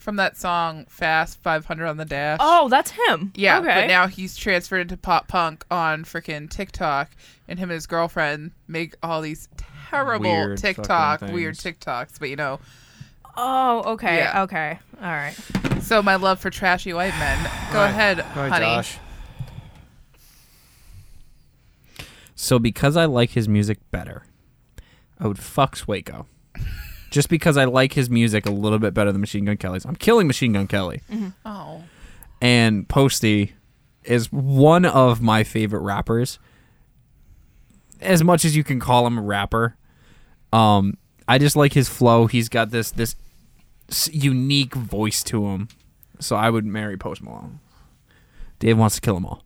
from that song Fast 500 on the Dash.
oh, that's him.
Yeah,
okay.
but now he's transferred into pop punk on freaking TikTok, and him and his girlfriend make all these terrible
Weird fucking
TikTok, weird
things.
TikToks. But you know,
oh, okay,
Yeah.
okay, all right.
so my love for trashy white men. Go ahead, honey.
So because I like his music better, I would fuck Swaco. just because I like his music a little bit better than Machine Gun Kelly's. I'm killing Machine Gun Kelly.
Oh.
and Posty is one of my favorite rappers. As much as you can call him a rapper, um, I just like his flow. He's got this this s- unique voice to him, so I would marry Post Malone. Dave wants to kill him all.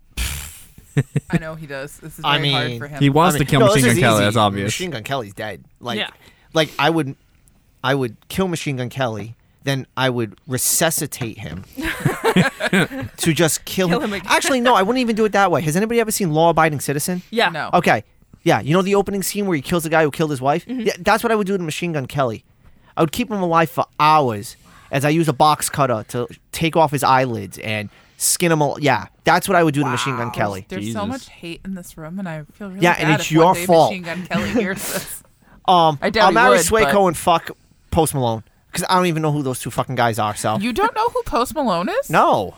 I know he does. This is very
I
hard
mean,
for him.
He wants
I mean-
to kill
no,
Machine
this
Gun
is
Kelly.
easy.
That's obvious.
Machine Gun Kelly's dead. Like,
Yeah.
like I would, I would kill Machine Gun Kelly, then I would resuscitate him to just kill,
Kill
him.
him again.
Actually, no, I wouldn't even do it that way. Has anybody ever seen Law Abiding Citizen?
Yeah.
No.
Okay. Yeah, you know the opening scene where he kills the guy who killed his wife?
Mm-hmm.
Yeah, that's what I would do to Machine Gun Kelly. I would keep him alive for hours as I use a box cutter to take off his eyelids and skin him. Al- yeah, that's what I would do to Machine Gun Kelly.
There's
Jesus.
so much hate in this room, and I feel really
Yeah, and
bad
it's
if one
your
day
fault.
Machine Gun Kelly hears this.
Um,
I doubt
I'll
he
marry
would,
Swayco
but-
and fuck Post Malone because I don't even know who those two fucking guys are. So
You don't know who Post Malone is?
no,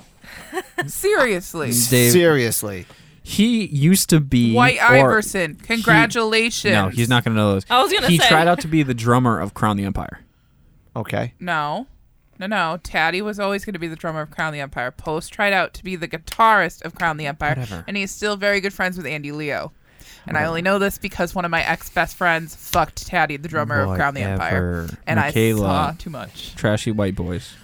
Seriously.
Dave,
seriously,
he used to be
White
or-
Iverson. Congratulations.
No, he's not going to know those.
I was gonna
He
say.
tried out to be the drummer of Crown the Empire.
okay.
No. No, no. Taddy was always going to be the drummer of Crown the Empire. Post tried out to be the guitarist of Crown the Empire.
Whatever.
And he's still very good friends with Andy Leo. And I only know this because one of my ex best friends fucked Taddy, the drummer of Crown the Empire.
Whatever.
And
Michaela.
I saw too much.
Trashy white boys.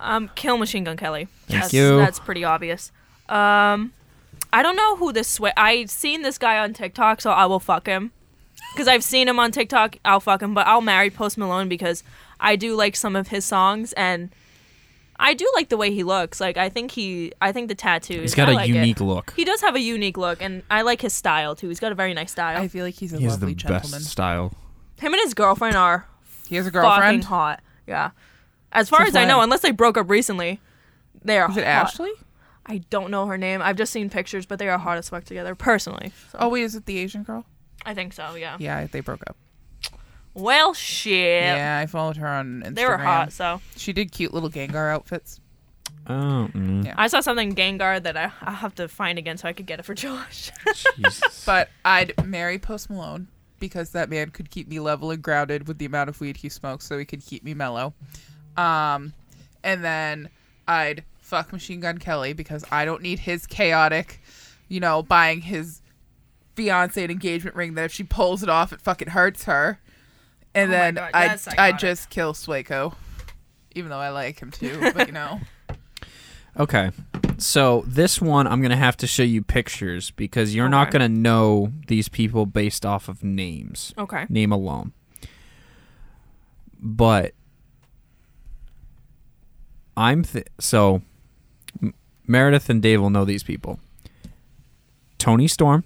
Um, kill Machine Gun Kelly.
Thank
that's,
you.
That's pretty obvious. Um, I don't know who this Sway. I've seen this guy on TikTok, so I will fuck him. Because I've seen him on TikTok, I'll fuck him. But I'll marry Post Malone because I do like some of his songs and I do like the way he looks. Like I think he, I think the tattoos.
He's got
a
a unique look.
He does have a unique look, and I like his style too. He's got a very nice style.
I feel like he's a
He has the
lovely gentleman.
best style.
him and his girlfriend are
He has a
fucking
girlfriend.
hot. Yeah. As far
Since
as I know,
when?
unless they broke up recently, they are
Is it
hot.
Ashley?
I don't know her name. I've just seen pictures, but they are hot as fuck together. Personally,
Oh, wait, is it the Asian girl?
I think so. Yeah.
Yeah, they broke up.
Well, shit.
Yeah, I followed her on Instagram.
They were hot, so
She did cute little Gengar outfits.
Oh, mm,
Yeah.
I saw something Gengar that I I have to find again so I could get it for Josh.
Jesus.
But I'd marry Post Malone because that man could keep me level and grounded with the amount of weed he smokes, so he could keep me mellow. Um, and then I'd fuck Machine Gun Kelly because I don't need his chaotic, you know, buying his fiance an engagement ring that if she pulls it off, it fucking hurts her. And
Oh my
then
God,
I
that's
I
psychotic.
just kill Swayco, even though I like him too. But you know,
Okay. So this one, I'm gonna have to show you pictures because you're not
Okay.
gonna know these people based off of names,
okay.
name alone. But I'm th- so M- Meredith and Dave will know these people. Tony Storm,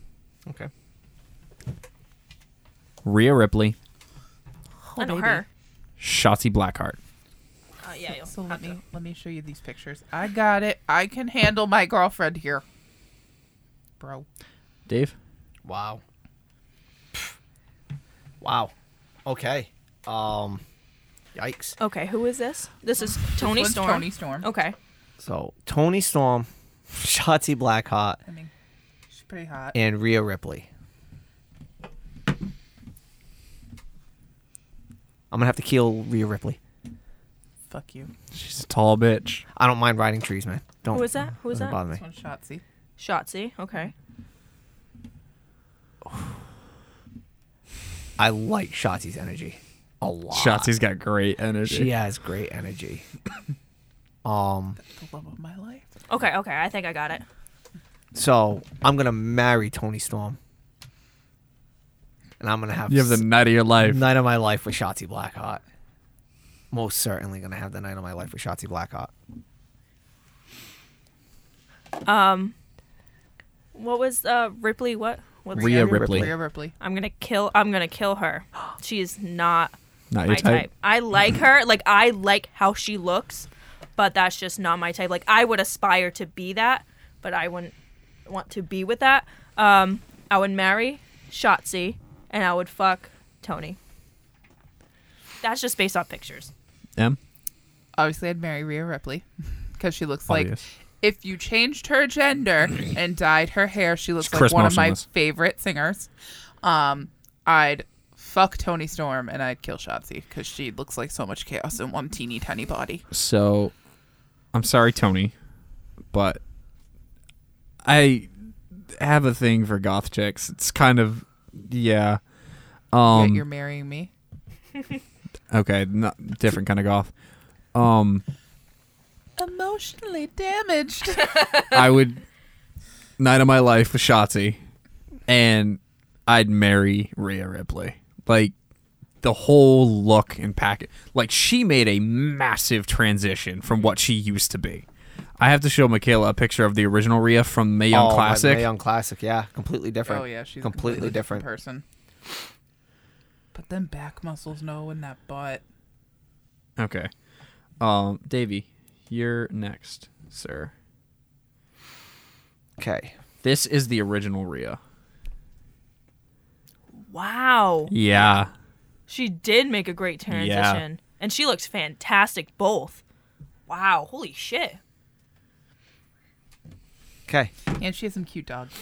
Okay.
Rhea Ripley,
I know
baby.
her.
Shotzi Blackheart.
Uh, yeah. You'll
so
have
let
to-
me let me show you these pictures. I got it. I can handle my girlfriend here, bro.
Dave,
Wow. Pff. Wow. Okay. Um. Yikes.
Okay. Who is this? This is Tony
One's
Storm. Oh.
Tony Storm.
Okay.
So Tony Storm, Shotzi Blackheart,
I mean, she's pretty hot.
and Rhea Ripley. I'm gonna have to kill Rhea Ripley.
Fuck you.
she's a tall bitch.
I don't mind riding trees, man. Don't.
Who is that? Who is
doesn't
that?
Bother me.
This one's Shotzi.
Shotzi. Okay.
I like Shotzi's energy a lot.
Shotzi's got great energy.
She has great energy. um.
The love of my life.
Okay. Okay. I think I got it.
So I'm gonna marry Tony Storm, and I'm gonna have
You have the
s-
night of your life.
night of my life with Shotzi Blackheart. Most certainly gonna have the night of my life with Shotzi Blackheart.
Um. What was uh Ripley? What? What's
Rhea
her-
Ripley.
Rhea Ripley.
I'm gonna kill. I'm gonna kill her. She is not
Not
my
your
type.
type.
I like her. Like I like how she looks, but that's just not my type. Like I would aspire to be that, but I wouldn't want to be with that. Um, I would marry Shotzi, and I would fuck Tony. That's just based off pictures.
M.
Obviously, I'd marry Rhea Ripley because she looks like.
Obvious.
If you changed her gender and dyed her hair, she looks
It's
like
Chris
one of my
Motionless.
favorite singers. Um, I'd fuck Tony Storm and I'd kill Shotzi because she looks like so much chaos in one teeny tiny body.
So, I'm sorry, Tony, but I have a thing for goth chicks. It's kind of yeah.
Yet
Um.
you're marrying me.
okay, not different kind of goth. Um.
Emotionally damaged.
I would night of my life with Shotzi, and I'd marry Rhea Ripley. Like the whole look and packet. Like she made a massive transition from what she used to be. I have to show Michaela a picture of the original Rhea from Mae Young
Oh, my-
Classic.
Mae Young Classic, yeah, completely different.
oh yeah, she's a
completely, different.
person. But them back muscles, no, and that butt.
Okay, um, Davey, you're next, sir.
Okay,
This is the original Rhea.
Wow.
Yeah,
She did make a great transition. And she looks fantastic both. Wow. Holy shit.
okay.
And she has some cute dogs.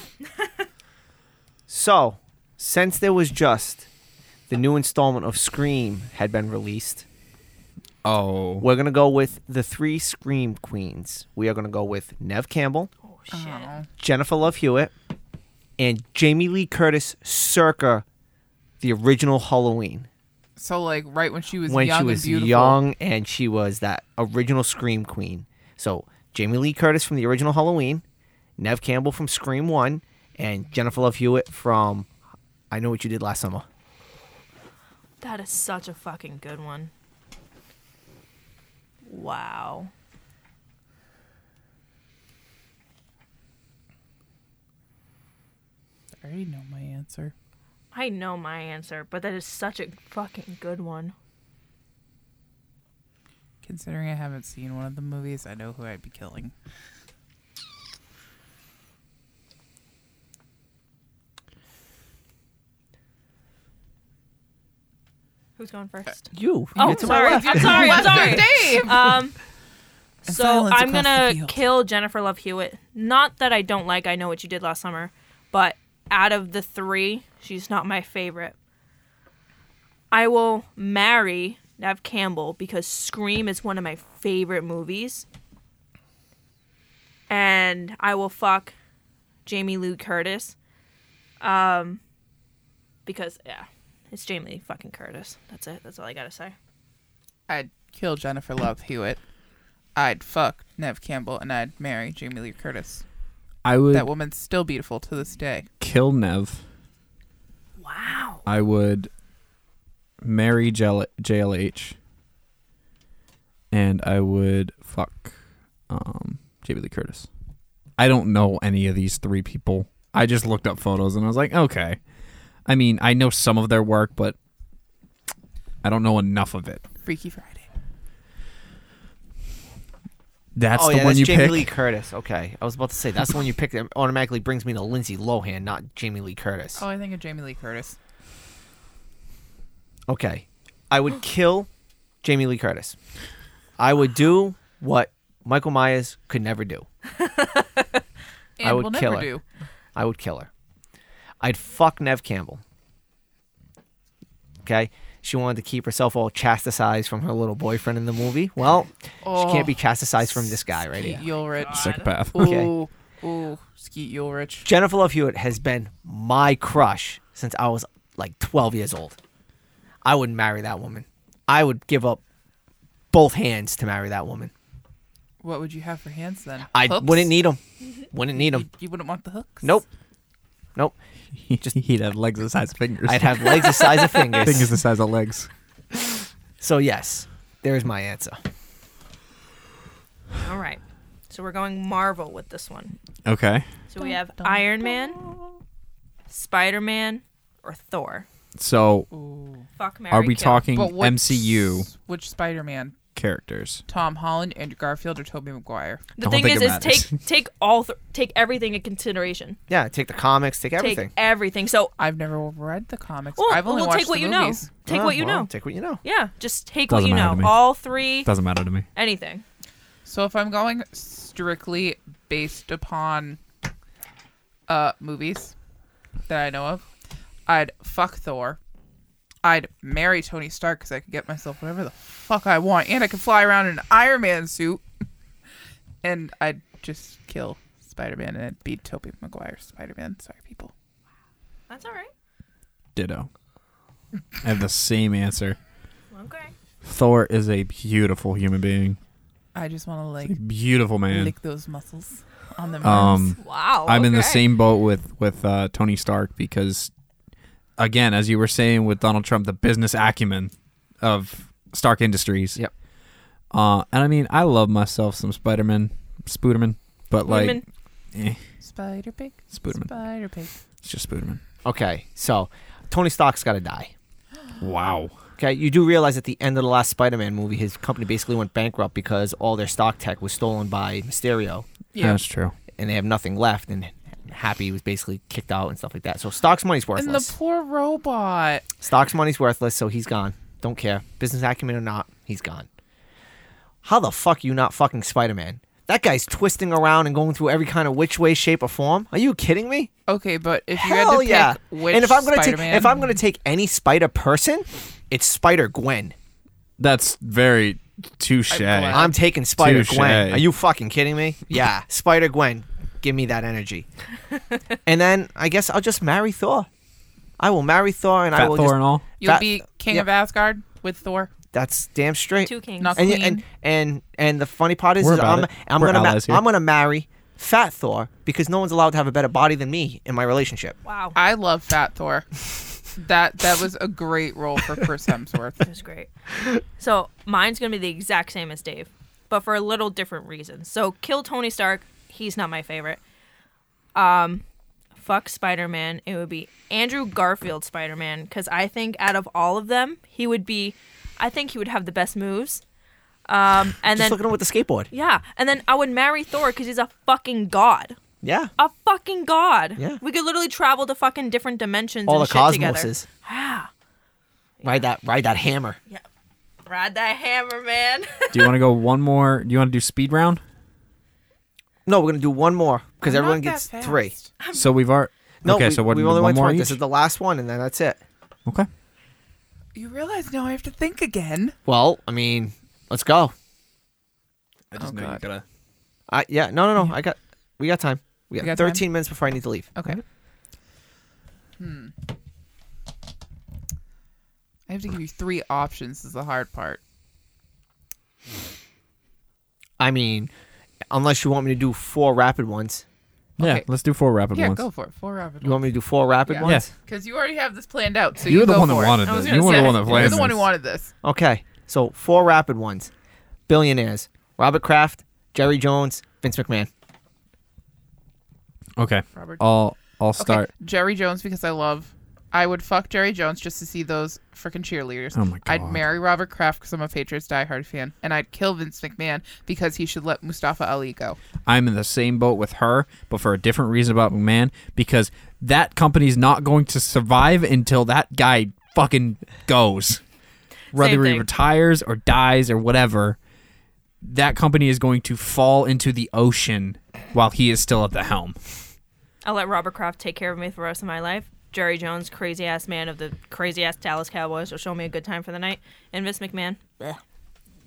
So, since there was just the new installment of Scream had been released,
Oh,
we're gonna go with the three Scream queens. We are gonna go with Nev Campbell,
Oh shit.
Oh.
Jennifer Love Hewitt, and Jamie Lee Curtis, circa the original Halloween
So like right when she was
when
young
she was
and beautiful.
young and she was that original Scream queen. So Jamie Lee Curtis from the original Halloween, Nev Campbell from Scream One, and Jennifer Love Hewitt from I Know What You Did Last Summer.
That is such a fucking good one. Wow.
I already know my answer.
I know my answer, but that is such a fucking good one.
Considering I haven't seen one of the movies, I know who I'd be killing.
Who's going first?
You.
Oh,
It's my
sorry.
left.
I'm sorry. I'm sorry.
Dave.
Um, so
silence
I'm
across the
gonna
field.
kill Jennifer Love Hewitt. Not that I don't like I Know What You Did Last Summer, but out of the three, she's not my favorite. I will marry Nev Campbell because Scream is one of my favorite movies. And I will fuck Jamie Lee Curtis. Um, because, yeah, it's Jamie Lee fucking Curtis. That's it. That's all I gotta say.
I'd kill Jennifer Love Hewitt. I'd fuck Nev Campbell and I'd marry Jamie Lee Curtis.
I would
That woman's still beautiful to this day.
kill Nev.
Wow.
I would marry JL- JLH and I would fuck um, Jamie Lee Curtis. I don't know any of these three people. I just looked up photos and I was like, okay. I mean, I know some of their work, but I don't know enough of it.
Freaky Friday.
That's
oh,
the
yeah,
one
that's
you
Jamie
pick.
Lee Curtis. Okay, I was about to say that's the one you picked. That automatically brings me to Lindsay Lohan, not Jamie Lee Curtis.
Oh, I think of Jamie Lee Curtis.
Okay, I would kill Jamie Lee Curtis. I would do what Michael Myers could never do.
And
I would
we'll
kill
never
her.
do.
I would kill her. I'd fuck Nev Campbell. Okay, she wanted to keep herself all chastised from her little boyfriend in the movie. Well, she can't be chastised from this guy right here.
Oh, Skeet Ulrich.
Psychopath.
Okay.
Ooh, ooh, Skeet Ulrich.
Jennifer Love Hewitt has been my crush since I was like 12 years old. I would marry that woman. I would give up both hands to marry that woman.
What would you have for hands then?
I
Hooks?
wouldn't need them. Wouldn't need
You,
them.
you wouldn't want the hooks.
Nope. Nope.
Just he'd have legs the size of fingers.
I'd have legs the size of fingers.
fingers the size of legs.
So yes, there's my answer.
All right. So we're going Marvel with this one.
Okay.
So we have Iron Man, Spider Man, or Thor.
So,
Ooh.
Fuck Mary.
are we talking
But which,
MCU
Which Spider-Man?
characters?
Tom Holland, Andrew Garfield, or Tobey Maguire?
The
Don't
thing
think
is,
it
is
matters.
take take all th- take everything in consideration.
Yeah, take the comics, take everything.
Take everything. So
I've never read the comics.
well,
I've only
we'll
watched
take what
the
you
movies.
know. Take
Ah,
what you
well,
know.
Take what you know.
yeah, just take
Doesn't
what you know.
matter to me.
All three,
Doesn't matter to me.
anything.
So if I'm going strictly based upon uh movies that I know of, I'd fuck Thor. I'd marry Tony Stark because I could get myself whatever the fuck I want, and I could fly around in an Iron Man suit, and I'd just kill Spider Man and I'd be Tobey Maguire Spider Man. Sorry, people.
That's all right.
Ditto. I have the same answer.
Okay.
Thor is a beautiful human being.
I just want to like
A beautiful man.
lick those muscles on them. arms.
Um,
Wow.
I'm in the
okay.
same boat with with uh, Tony Stark because, again, as you were saying with Donald Trump, the business acumen of Stark Industries.
Yep.
Uh, and I mean, I love myself some Spider-Man, Spooderman, but like,
Women.
eh,
Spider pig,
Spooderman.
spider pig.
it's just Spooderman.
Okay, so Tony Stark's got to die.
Wow.
Okay, you do realize at the end of the last Spider-Man movie, his company basically went bankrupt because all their stock tech was stolen by Mysterio,
Yeah,
That's true.
and they have nothing left. And Happy was basically kicked out and stuff like that. So Stark's money's
and
worthless.
the poor robot.
Stock's money's worthless, so he's gone. Don't care. Business acumen or not, he's gone. How the fuck you not fucking Spider Man? That guy's twisting around and going through every kind of which way, shape, or form. Are you kidding me?
Okay, but if you had
Hell
to pick
yeah!
which
and if I'm gonna
Spider-Man,
take if I'm gonna take any Spider person, it's Spider Gwen.
That's very touche.
I'm glad.
I'm taking Spider Gwen.
Touche.
Are you fucking kidding me? Yeah, Spider Gwen. Give me that energy. and then I guess I'll just marry Thor. I will marry Thor, and I
Fat
will
Thor
just.
and all.
you'll
that-
be king
yeah.
of Asgard with Thor.
That's damn straight.
two kings.
Not-
and,
queen.
and and and the funny part is,
We're
is
about
I'm
it.
I'm
We're
gonna ma-
allies here.
I'm gonna marry Fat Thor because no one's allowed to have a better body than me in my relationship.
Wow.
I love Fat Thor. that that was a great role for Chris Hemsworth.
It was great. So mine's gonna be the exact same as Dave, but for a little different reason. So kill Tony Stark. He's not my favorite. Um, fuck Spider Man. It would be Andrew Garfield Spider Man because I think out of all of them, he would be. I think he would have the best moves. Um, and
Just
then
look at him with the skateboard.
yeah, and then I would marry Thor because he's a fucking god.
Yeah,
A fucking god.
Yeah.
We could literally travel to fucking different dimensions.
all
and
the
shit together.
cosmoses.
Ah,
Ride that ride that hammer.
yeah. Ride that hammer, man.
Do you want to go one more? Do you want to do speed round?
No, we're gonna do one more because
I'm
everyone
not that
gets three.
fast.
So we've already.
No,
okay,
we,
so what,
we only
one
went
more
twenty.
each?
This is the last one, and then that's it.
okay.
You realize now I have to think again.
Well, I mean, let's go.
I
just Oh, know you God.
gotta.
I yeah, no, no, no. I got we got time. We got,
got time?
thirteen minutes before I need to leave.
Okay. Hmm. I have to give you three options. Is the hard part.
I mean, unless you want me to do four rapid ones.
Yeah,
Okay.
let's do four rapid
yeah,
ones.
go for it. Four rapid
You want me to do four rapid
Yeah.
ones?
Yeah.
Because you already have this planned out. So
You're
you
the
go
one that
for it.
wanted
I was
this.
gonna
You were the
say,
one that
You're
planned
the one who
this.
wanted this.
Okay, so four rapid ones: billionaires, Robert Kraft, Jerry Jones, Vince McMahon.
Okay.
Robert.
I'll I'll
Okay,
start.
Jerry Jones because I love. I would fuck Jerry Jones just to see those freaking cheerleaders.
Oh my
I'd
God.
marry Robert Kraft because I'm a Patriots diehard fan, and I'd kill Vince McMahon because he should let Mustafa Ali go.
I'm in the same boat with her, but for a different reason about McMahon because that company's not going to survive until that guy fucking goes. Whether he
thing.
retires or dies or whatever, that company is going to fall into the ocean while he is still at the helm.
I'll let Robert Kraft take care of me for the rest of my life. Jerry Jones, crazy ass man of the crazy ass Dallas Cowboys, will show me a good time for the night. And Vince McMahon, bleh.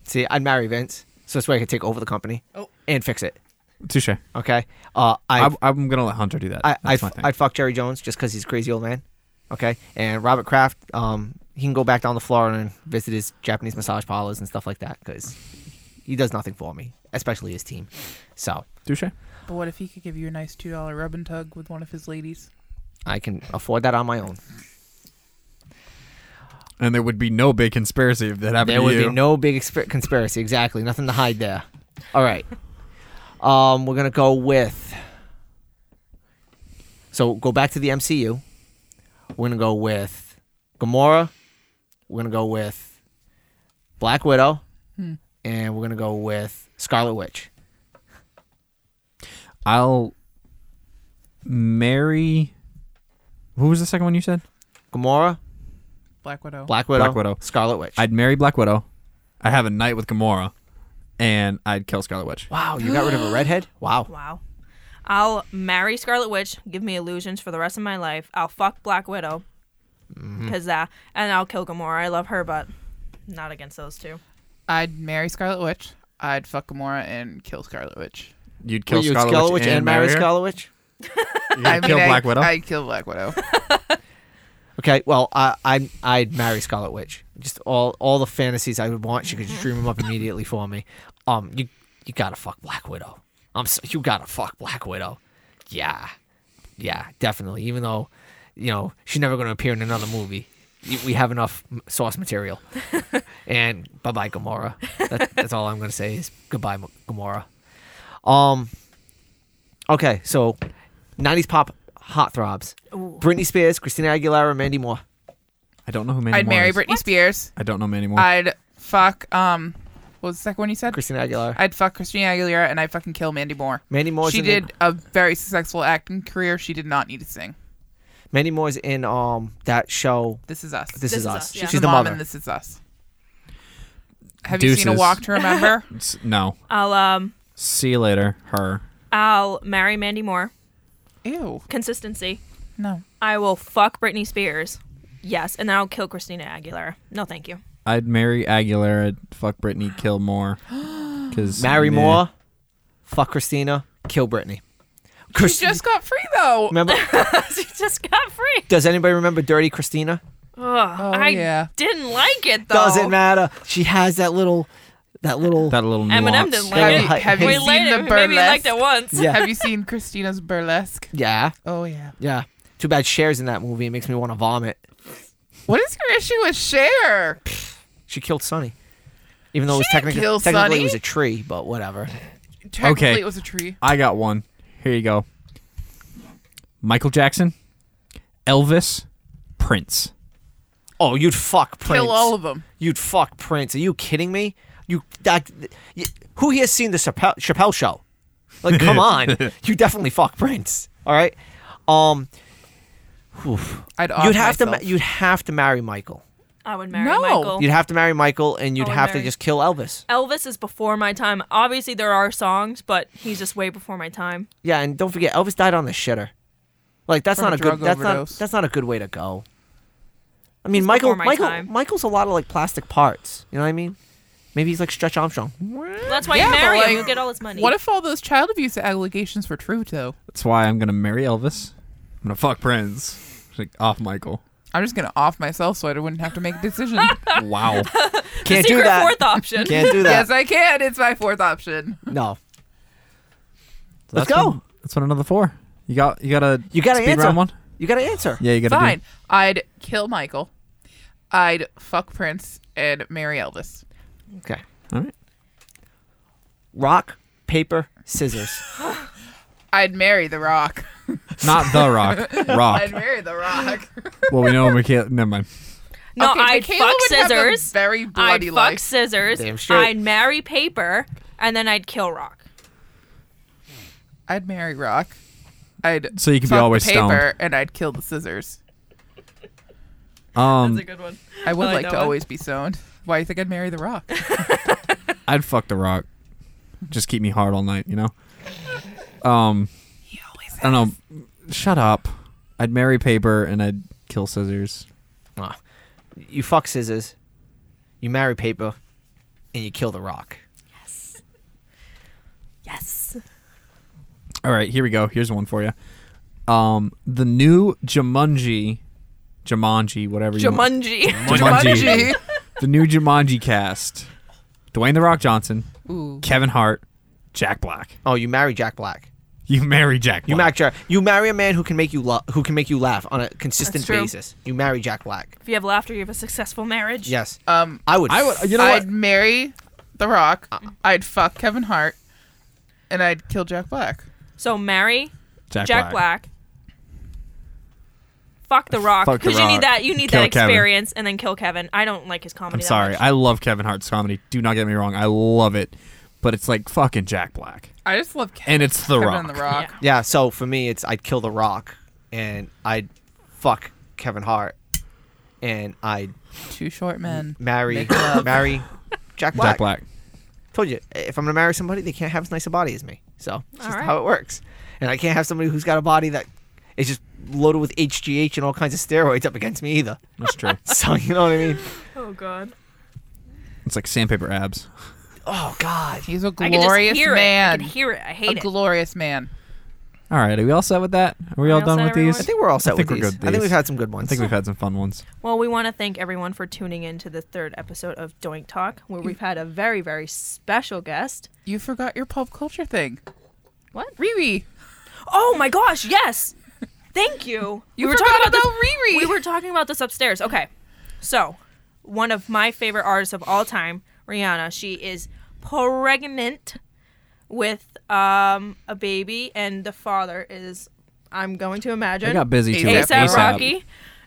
See, I'd marry Vince, so this way I could take over the company
Oh.
and fix it.
Touche.
Okay, uh, I
I'm, I'm gonna let Hunter do that.
I I
That's my thing.
I'd fuck Jerry Jones just because he's a crazy old man. Okay, and Robert Kraft, um, he can go back down to Florida and visit his Japanese massage parlors and stuff like that because he does nothing for me, especially his team. So
Touche.
But what if he could give you a nice two dollar rub and tug with one of his ladies?
I can afford that on my own.
And there would be no big conspiracy if that happened
There
to
would
you.
be no big exp- conspiracy. Exactly. Nothing to hide there. All right. Um, we're gonna go with. So go back to the MCU. We're gonna go with Gamora. We're gonna go with Black Widow, and we're gonna go with Scarlet Witch.
I'll marry. Who was the second one you said?
Gamora,
Black Widow.
Black Widow,
Black Widow.
Scarlet Witch.
I'd marry Black Widow. I'd have a night with Gamora, and I'd kill Scarlet Witch.
wow, you got rid of a redhead. Wow.
Wow. I'll marry Scarlet Witch, give me illusions for the rest of my life. I'll fuck Black Widow, because that, and I'll kill Gamora. I love her, but not against those two.
I'd marry Scarlet Witch. I'd fuck Gamora and kill Scarlet Witch.
You'd
Were
kill
you
Scarlet, Witch and, marry her?
Scarlet Witch?
You'd kill
mean,
Black
I,
Widow.
I'd kill Black Widow.
Okay, well, I, I I'd marry Scarlet Witch. Just all all the fantasies I would want, she could just dream them up immediately for me. Um, you you gotta fuck Black Widow. I'm so, you gotta fuck Black Widow. Yeah, yeah, definitely. Even though, you know, she's never gonna appear in another movie. You- We have enough m- source material. and bye bye Gamora. That, that's all I'm gonna say is goodbye M- Gamora. Um. Okay, so '90s pop hot throbs: Britney Spears, Christina Aguilera, Mandy Moore.
I don't know who Mandy
I'd
Moore
marry
is.
Britney Spears.
I don't know Mandy Moore.
I'd fuck um, what was the second one you said?
Christina Aguilera.
I'd fuck Christina Aguilera and I'd fucking kill Mandy Moore.
Mandy Moore's
she
in
did
The,
a very successful acting career. She did not need to sing.
Mandy Moore's in um that show.
This is us.
This, is, us.
yeah.
She's
The
the,
mom
mother.
and this is us. Have you seen a
Deuces.
walk to remember?
It's- no.
I'll um,
See you later. Her.
I'll marry Mandy Moore.
Ew.
Consistency.
No.
I will fuck Britney Spears. Yes, and then I'll kill Christina Aguilera. No, thank you.
I'd marry Aguilera. Fuck Britney. Kill Moore. Cause
Marry
meh.
Moore. Fuck Christina. Kill Britney.
She just got free though.
remember.
she just got free.
does anybody remember Dirty Christina?
Ugh,
Oh,
I
yeah.
didn't like it though.
Doesn't matter. She has that little, that little.
That little nuance.
Eminem didn't
Have
like
you-
it.
have you
we
seen
liked
the
it. Maybe he liked it once.
yeah,
Have you seen Christina's burlesque?
yeah,
Oh yeah.
yeah. Too bad Cher's in that movie. It makes me want to vomit.
What is your issue with Cher?
She killed Sonny, even though it was
She didn't
technically
kill
technically
Sonny.
it was a tree, but whatever.
Technically,
Okay.
it was a tree.
I got one. Here you go. Michael Jackson, Elvis, Prince.
Oh, you'd fuck Prince.
Kill all of them.
You'd fuck Prince. Are you kidding me? You that y who here's seen the Chappelle, Chappelle show? Like, come on, you definitely fuck Prince. All right, um, oof.
I'd.
you'd have to ma-
myself.
you'd have to marry Michael.
I would marry
No.
Michael.
You'd have to marry Michael, and you'd
Oh,
I would
have
marry-
to just kill Elvis.
Elvis is before my time. Obviously, there are songs, but he's just way before my time.
Yeah, and don't forget, Elvis died on the shitter. Like that's
From
not
a
a good
drug
that's
overdose.
not that's not a good way to go. I mean,
He's
Michael
before my
Michael
time.
Michael's a lot of like plastic parts. You know what I mean? Maybe he's like Stretch Armstrong.
That's why
Yeah,
you
but,
marry
like,
him. You get all his money.
What if all those child abuse allegations were true though?
That's why I'm gonna marry Elvis. I'm gonna fuck Prince. It's Like off Michael.
I'm just gonna off myself so I wouldn't have to make a decision.
Wow.
Can't do
Secret
that.
fourth option.
Can't do that.
yes, I can. It's my fourth option.
No.
That's
Let's go.
one- that's one another four. You got you got a
You gotta
speed
answer.
round one.
You got to answer.
Yeah, you got to
Fine.
do.
I'd kill Michael. I'd fuck Prince and marry Elvis.
Okay.
All right.
Rock, paper, scissors.
I'd marry The Rock.
Not the Rock.
I'd
Rock.
marry The Rock.
well, we know Michael. Never mind.
No,
Okay,
I'd
Michaela
fuck
would have a
scissors.
very
I'd
bloody
fuck
life.
scissors.
Damn straight.
I'd marry paper, and then I'd kill rock.
I'd marry Rock. I'd
So you could be
fuck
always
the paper
stoned.
and I'd kill the scissors.
Um,
good one.
I would
Oh, I like
like
that
to
one.
always be stoned. Why do you think I'd marry The Rock?
I'd fuck the Rock. Just keep me hard all night. You know. Um.
he always
I don't know. Shut up. I'd marry paper and I'd kill scissors.
Ah. You fuck scissors. You marry paper, and you kill the rock.
Yes.
All right, here we go. Here's one for you. Um, the new Jumanji, Jumanji, whatever you want.
Jumanji.
Jumanji. the new Jumanji cast: Dwayne the Rock Johnson,
Ooh.
Kevin Hart, Jack Black.
Oh, you marry Jack Black.
You marry Jack. Black.
You marry Jack. You marry a man who can make you lo- who can make you laugh on a consistent
That's true.
basis. You marry Jack Black.
If you have laughter, you have a successful marriage.
Yes,
Um,
I would.
I would. You know
I'd
what?
marry The Rock. I'd fuck Kevin Hart, and I'd kill Jack Black.
So marry
Jack,
Jack Black. Fuck the Rock
Fuck The
because you
Rock.
need that. You need
Kill
that
Kevin.
experience, and then kill Kevin. I don't like his comedy.
I'm
that
sorry.
much.
I love Kevin Hart's comedy. Do not get me wrong. I love it, but it's like fucking Jack Black,
I just love Kevin.
and it's the
Kevin
Rock.
and The Rock.
Yeah.
Yeah. So for me, it's I'd kill the Rock, and I'd fuck Kevin Hart, and I'd
Two short men.
marry
Make love.
marry Jack Black.
Jack Black.
Told you, if I'm gonna marry somebody, they can't have as nice a body as me. So it's
All
just
right.
how it works. And I can't have somebody who's got a body that is just loaded with HGH and all kinds of steroids up against me either.
That's true.
So you know what I mean?
Oh God.
It's like sandpaper abs.
Oh God.
He's a
I can just
glorious
hear it. I
man.
can hear it. I
A
hate it.
glorious man.
All right, are we all set with that? Are we
Are
all
we all
done
set,
with these?
I think we're all set
I think
with
we're
these.
good with
I think we've
these.
had some good ones.
I think we've had some fun ones.
Well, we want to thank everyone for tuning in to the third episode of Doink Talk, where we've had a very, very special guest.
You forgot your pop culture thing.
What?
Riri.
Oh my gosh, yes! Thank you.
You forgot about Riri.
We were talking about this upstairs. Okay, so one of my favorite artists of all time, Rihanna. She is pregnant with um, a baby, and the father is, I'm going to imagine,
They got busy too.
ASAP
ASAP
ASAP.
Rocky,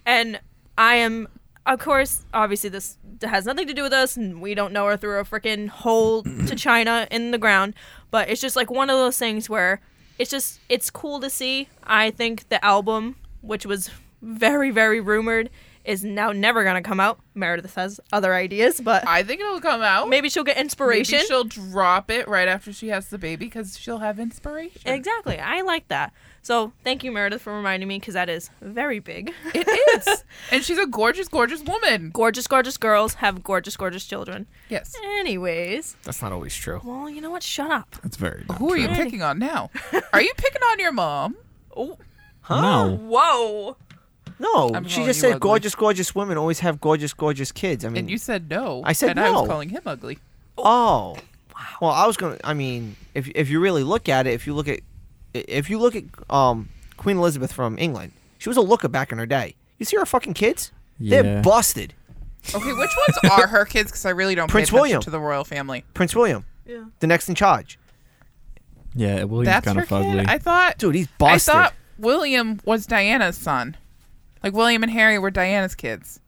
and I am, of course, obviously this has nothing to do with us, and we don't know her through a freaking hole to China in the ground. But it's just like one of those things where it's just it's cool to see. I think the album, which was very very rumored, is now never gonna come out. Meredith has other ideas, but
I think it'll come out.
maybe she'll get
Maybe
inspiration.
she'll drop it right after she has the baby because she'll have inspiration.
Exactly, I like that. So thank you, Meredith, for reminding me because that is very big.
It is. and she's a gorgeous, gorgeous woman.
gorgeous, gorgeous girls have gorgeous, gorgeous children.
Yes.
Anyways,
That's not always true.
well, you know what? Shut up.
That's very.
Who are you
true.
picking on now? Are you picking on your mom?
Oh,
No.
whoa.
No,
I'm
she
calling
just
you
said
ugly.
gorgeous, gorgeous women always have gorgeous, gorgeous kids. I mean,
And you said no.
I said
and I was
no.
calling him ugly.
oh, well, I was gonna. I mean, if if you really look at it, if you look at, if you look at um Queen Elizabeth from England, she was a looker back in her day. You see her fucking kids?
Yeah.
They're busted.
Okay, which ones are her kids? Because I really don't
Prince
pay attention
William.
to the royal family.
Prince William,
Yeah.
the next in charge.
Yeah, William's
That's
kind
her
of
kid.
ugly.
I thought,
Dude, he's
I
busted.
thought William was Diana's son. Like William and Harry were Diana's kids.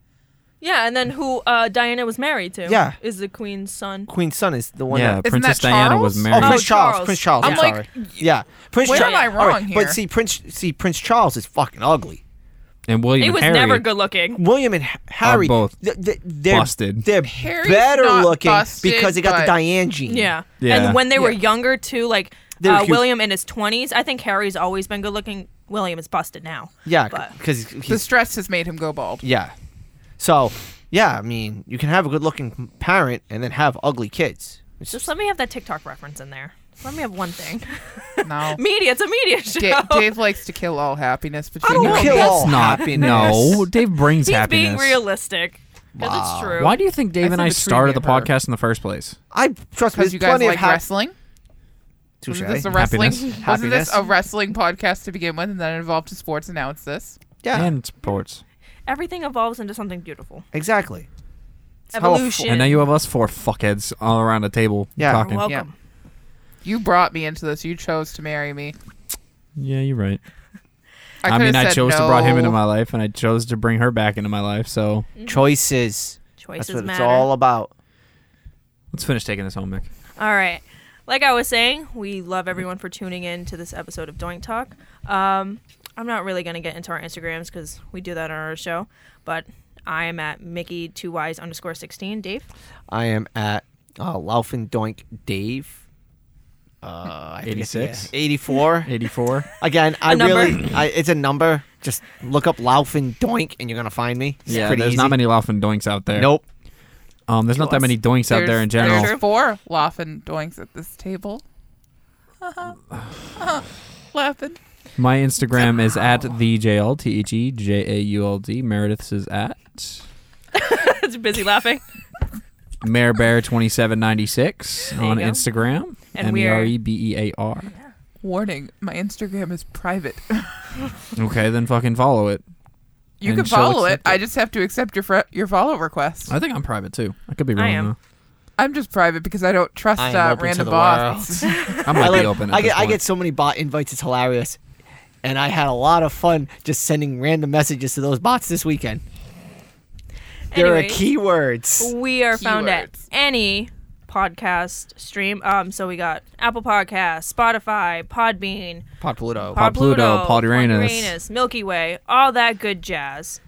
Yeah, and then who uh, Diana was married to?
Yeah.
Is the queen's son.
Queen's son is the one.
yeah,
that,
that
Princess Diana was
Charles?
oh,
married.
Oh,
Prince Charles,
Charles.
Prince Charles. I'm,
I'm like,
sorry. yeah, Prince.
where
Charles.
am I
All right,
wrong
But
here?
see, Prince, see, Prince Charles is fucking ugly.
and William
He
and
was
Harry.
never good looking.
William and H- Harry
both
th- th- they're,
busted.
They're
Harry's
better
not
looking
busted,
because they got the
but-
Diane gene.
Yeah.
Yeah.
And when they were
Yeah.
younger, too, like
They were
uh,
cute.
William in his 20s, I think Harry's always been good looking. William is busted now.
yeah,
But-
because
The stress has made him go bald.
yeah. So yeah, I mean, you can have a good looking parent and then have ugly kids. It's
Just
just
let me have that TikTok reference in there. Just let me have one thing.
No.
media. It's a media show.
Da- Dave likes to kill all happiness between
don't
you
No,
and
kill
me.
that's
all
not.
happiness.
No, Dave brings
He's
happiness.
being realistic. Because it's true.
Why do you think Dave
I
and
said
I
between
started
me
the
and her.
podcast in the first place?
I trust me.
Because
There's
you guys
plenty
like
of ha-
wrestling?
Touche.
Wasn't this a
Happiness.
wrestling? Wasn't this
Happiness.
a wrestling podcast to begin with, and then it evolved to sports, and now it's this?
Yeah,
And sports.
Everything evolves into something beautiful.
exactly. It's how a f-
Evolution.
And now you have us four fuckheads all around the table
Yeah.
talking.
Welcome.
Yeah. You brought me into this. You chose to marry me.
Yeah, you're right.
I,
I,
could've
mean, I
said
chose to bring him
no.
into my life, and I chose to bring her back into my life. So
Choices.
Choices
That's what it's
Mm-hmm. matter.
all about.
let's finish taking this home, Mick.
All right. Like I was saying, we love everyone for tuning in to this episode of Doink Talk. Um, I'm not really going to get into our Instagrams because we do that on our show, but I am at Mickey2Wise underscore 16. Dave?
I am at uh, Laufin Doink Dave. Uh, I forget the-
86?
84.
84.
Again, I
number.
really, I, it's a number. Just look up Lauf and Doink, and you're gonna find me. It's
yeah,
pretty
there's
easy.
not many laughing doinks out there.
Nope.
Um, there's not that many doinks out there in
There's-
general.
There's four laughing doinks at this table. laughing.
My Instagram is at the JL, T H E J A U L D. Meredith's is at
It's busy laughing.
marebear2796 on
you go.
Instagram.
And
M E R E B E A R.
Warning: My Instagram is private.
Okay, then fucking follow it.
You
And
can
she'll
follow it.
accept
I just have to accept your fr- your follow request.
I think I'm private too. I could be
I
wrong.
am.
I'm just private because I don't trust
I am
uh,
open to
random
the
bots.
though. I might
I,
be
like-
open. At
I
this
get, I
point.
get so many bot invites. It's hilarious, and I had a lot of fun just sending random messages to those bots this weekend. There
Anyway.
are keywords.
We are found at
Keywords.
any podcast stream. Um, so we got Apple Podcasts, Spotify, Podbean,
Pod Pluto.
Pod- Pluto, Pod Uranus.
Milky Way, all that good jazz.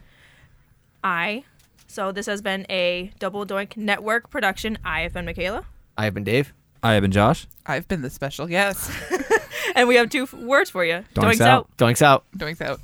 I. So this has been a Double Doink Network production. I have been Michaela,
I have been Dave.
I have been Josh.
I've been the special guest.
and we have two f- words for you.
Doinks out.
Doinks out.
Doinks out.